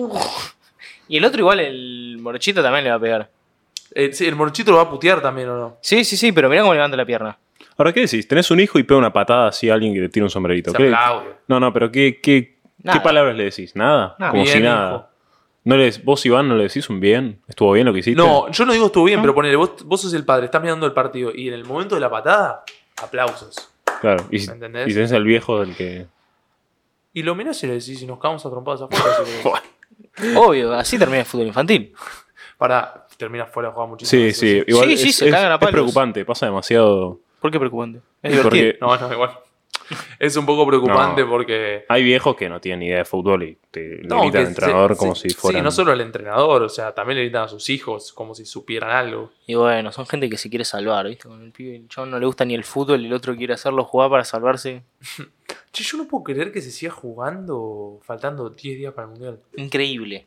Speaker 3: Y el otro igual, el morochito también le va a pegar.
Speaker 1: Eh, sí, el morchito lo va a putear también, ¿o no?
Speaker 3: Sí, sí, sí, pero mirá cómo levanta la pierna.
Speaker 2: Ahora, ¿qué decís? Tenés un hijo y pega una patada así a alguien que le tira un sombrerito.
Speaker 1: Se
Speaker 2: ¿Qué-
Speaker 1: aplaude.
Speaker 2: No, no, pero ¿qué, qué,
Speaker 3: Nada.
Speaker 2: qué palabras le decís? ¿Nada?
Speaker 3: Nada.
Speaker 2: Como si
Speaker 1: Bien, hijo.
Speaker 2: nada. ¿No le, ¿Vos, Iván, no le decís un bien? ¿Estuvo bien lo que hiciste?
Speaker 1: No, yo no digo estuvo bien,
Speaker 3: Ah.
Speaker 1: pero ponele, vos, vos sos el padre, estás mirando el partido y en el momento de la patada, aplausos.
Speaker 2: Claro. Y, si-
Speaker 1: ¿Me entendés?
Speaker 2: y tenés al viejo del que.
Speaker 1: Y lo mirás y le decís, si nos cagamos a trompadas afuera. si querés.
Speaker 3: Obvio, así termina el fútbol infantil.
Speaker 1: Pará, terminás fuera de jugar muchísimo.
Speaker 2: Sí, sí. Igual
Speaker 3: Sí, sí,
Speaker 2: es,
Speaker 3: se
Speaker 2: es-
Speaker 3: cagan a
Speaker 2: es
Speaker 3: palos.
Speaker 2: preocupante, pasa demasiado.
Speaker 3: ¿Por qué preocupante? Es
Speaker 2: Porque-
Speaker 3: divertido.
Speaker 1: No, no, igual. es un poco preocupante
Speaker 2: No.
Speaker 1: porque.
Speaker 2: Hay viejos que no tienen ni idea de fútbol y te le
Speaker 1: No,
Speaker 2: gritan
Speaker 1: que
Speaker 2: al entrenador
Speaker 1: se-
Speaker 2: como
Speaker 1: se-
Speaker 2: si fueran.
Speaker 1: Sí, no solo al entrenador, o sea, también le gritan a sus hijos como si supieran algo.
Speaker 3: Y bueno, son gente que se quiere salvar, ¿viste? Con el pibe, el chabón no le gusta ni el fútbol, el otro quiere hacerlo jugar para salvarse.
Speaker 1: Che, yo no puedo creer que se siga jugando faltando 10 días para el mundial.
Speaker 3: Increíble.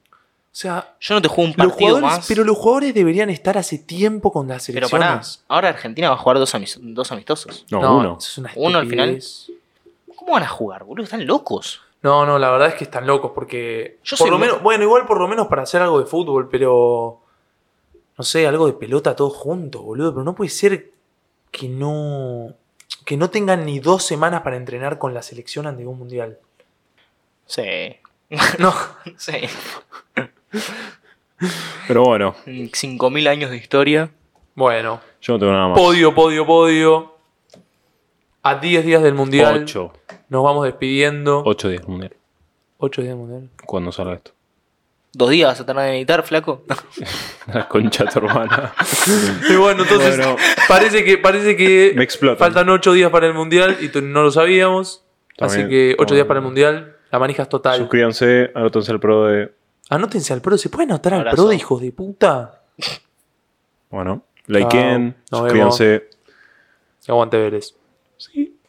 Speaker 1: O sea,
Speaker 3: Yo no te juego un
Speaker 1: los
Speaker 3: partido
Speaker 1: jugadores,
Speaker 3: más.
Speaker 1: pero los jugadores deberían estar hace tiempo con las
Speaker 3: Pero pará,
Speaker 1: selecciones.
Speaker 3: ahora Argentina va a jugar dos, amis- dos amistosos.
Speaker 2: No, uno.
Speaker 1: eso es una
Speaker 3: Uno al final.
Speaker 1: estupidez.
Speaker 3: ¿Cómo van a jugar, boludo? Están locos.
Speaker 1: No, no, la verdad es que están locos porque.
Speaker 3: Yo
Speaker 1: por
Speaker 3: soy
Speaker 1: lo
Speaker 3: muy-
Speaker 1: menos, bueno, igual por lo menos para hacer algo de fútbol, pero. No sé, algo de pelota todos juntos, boludo. Pero no puede ser que no. Que no tengan ni dos semanas para entrenar con la selección ante un mundial.
Speaker 3: Sí.
Speaker 1: No,
Speaker 3: Sí.
Speaker 2: Pero bueno,
Speaker 3: 5.000 años de historia.
Speaker 1: bueno.
Speaker 2: yo no tengo nada más.
Speaker 1: Podio, podio, podio. A 10 días del mundial.
Speaker 2: Ocho.
Speaker 1: Nos vamos despidiendo.
Speaker 2: Ocho días mundial.
Speaker 1: 8 días del mundial.
Speaker 2: Cuando salga esto.
Speaker 3: Dos días vas a tardar en editar, flaco.
Speaker 2: La concha de tu hermana.
Speaker 1: Y bueno, entonces
Speaker 2: Bueno.
Speaker 1: parece que, parece que
Speaker 2: Me explotan.
Speaker 1: faltan ocho días para el Mundial y tú- no lo sabíamos.
Speaker 2: También,
Speaker 1: así que ocho
Speaker 2: como-
Speaker 1: días para el Mundial, la manija es total.
Speaker 2: Suscríbanse, anótense al pro de.
Speaker 1: Anótense al PRO, ¿se puede anotar al
Speaker 3: Abrazo.
Speaker 1: PRO, hijos de puta?
Speaker 2: Bueno, likeen,
Speaker 1: Nos
Speaker 2: suscríbanse.
Speaker 1: Que aguante Vélez.
Speaker 2: Sí.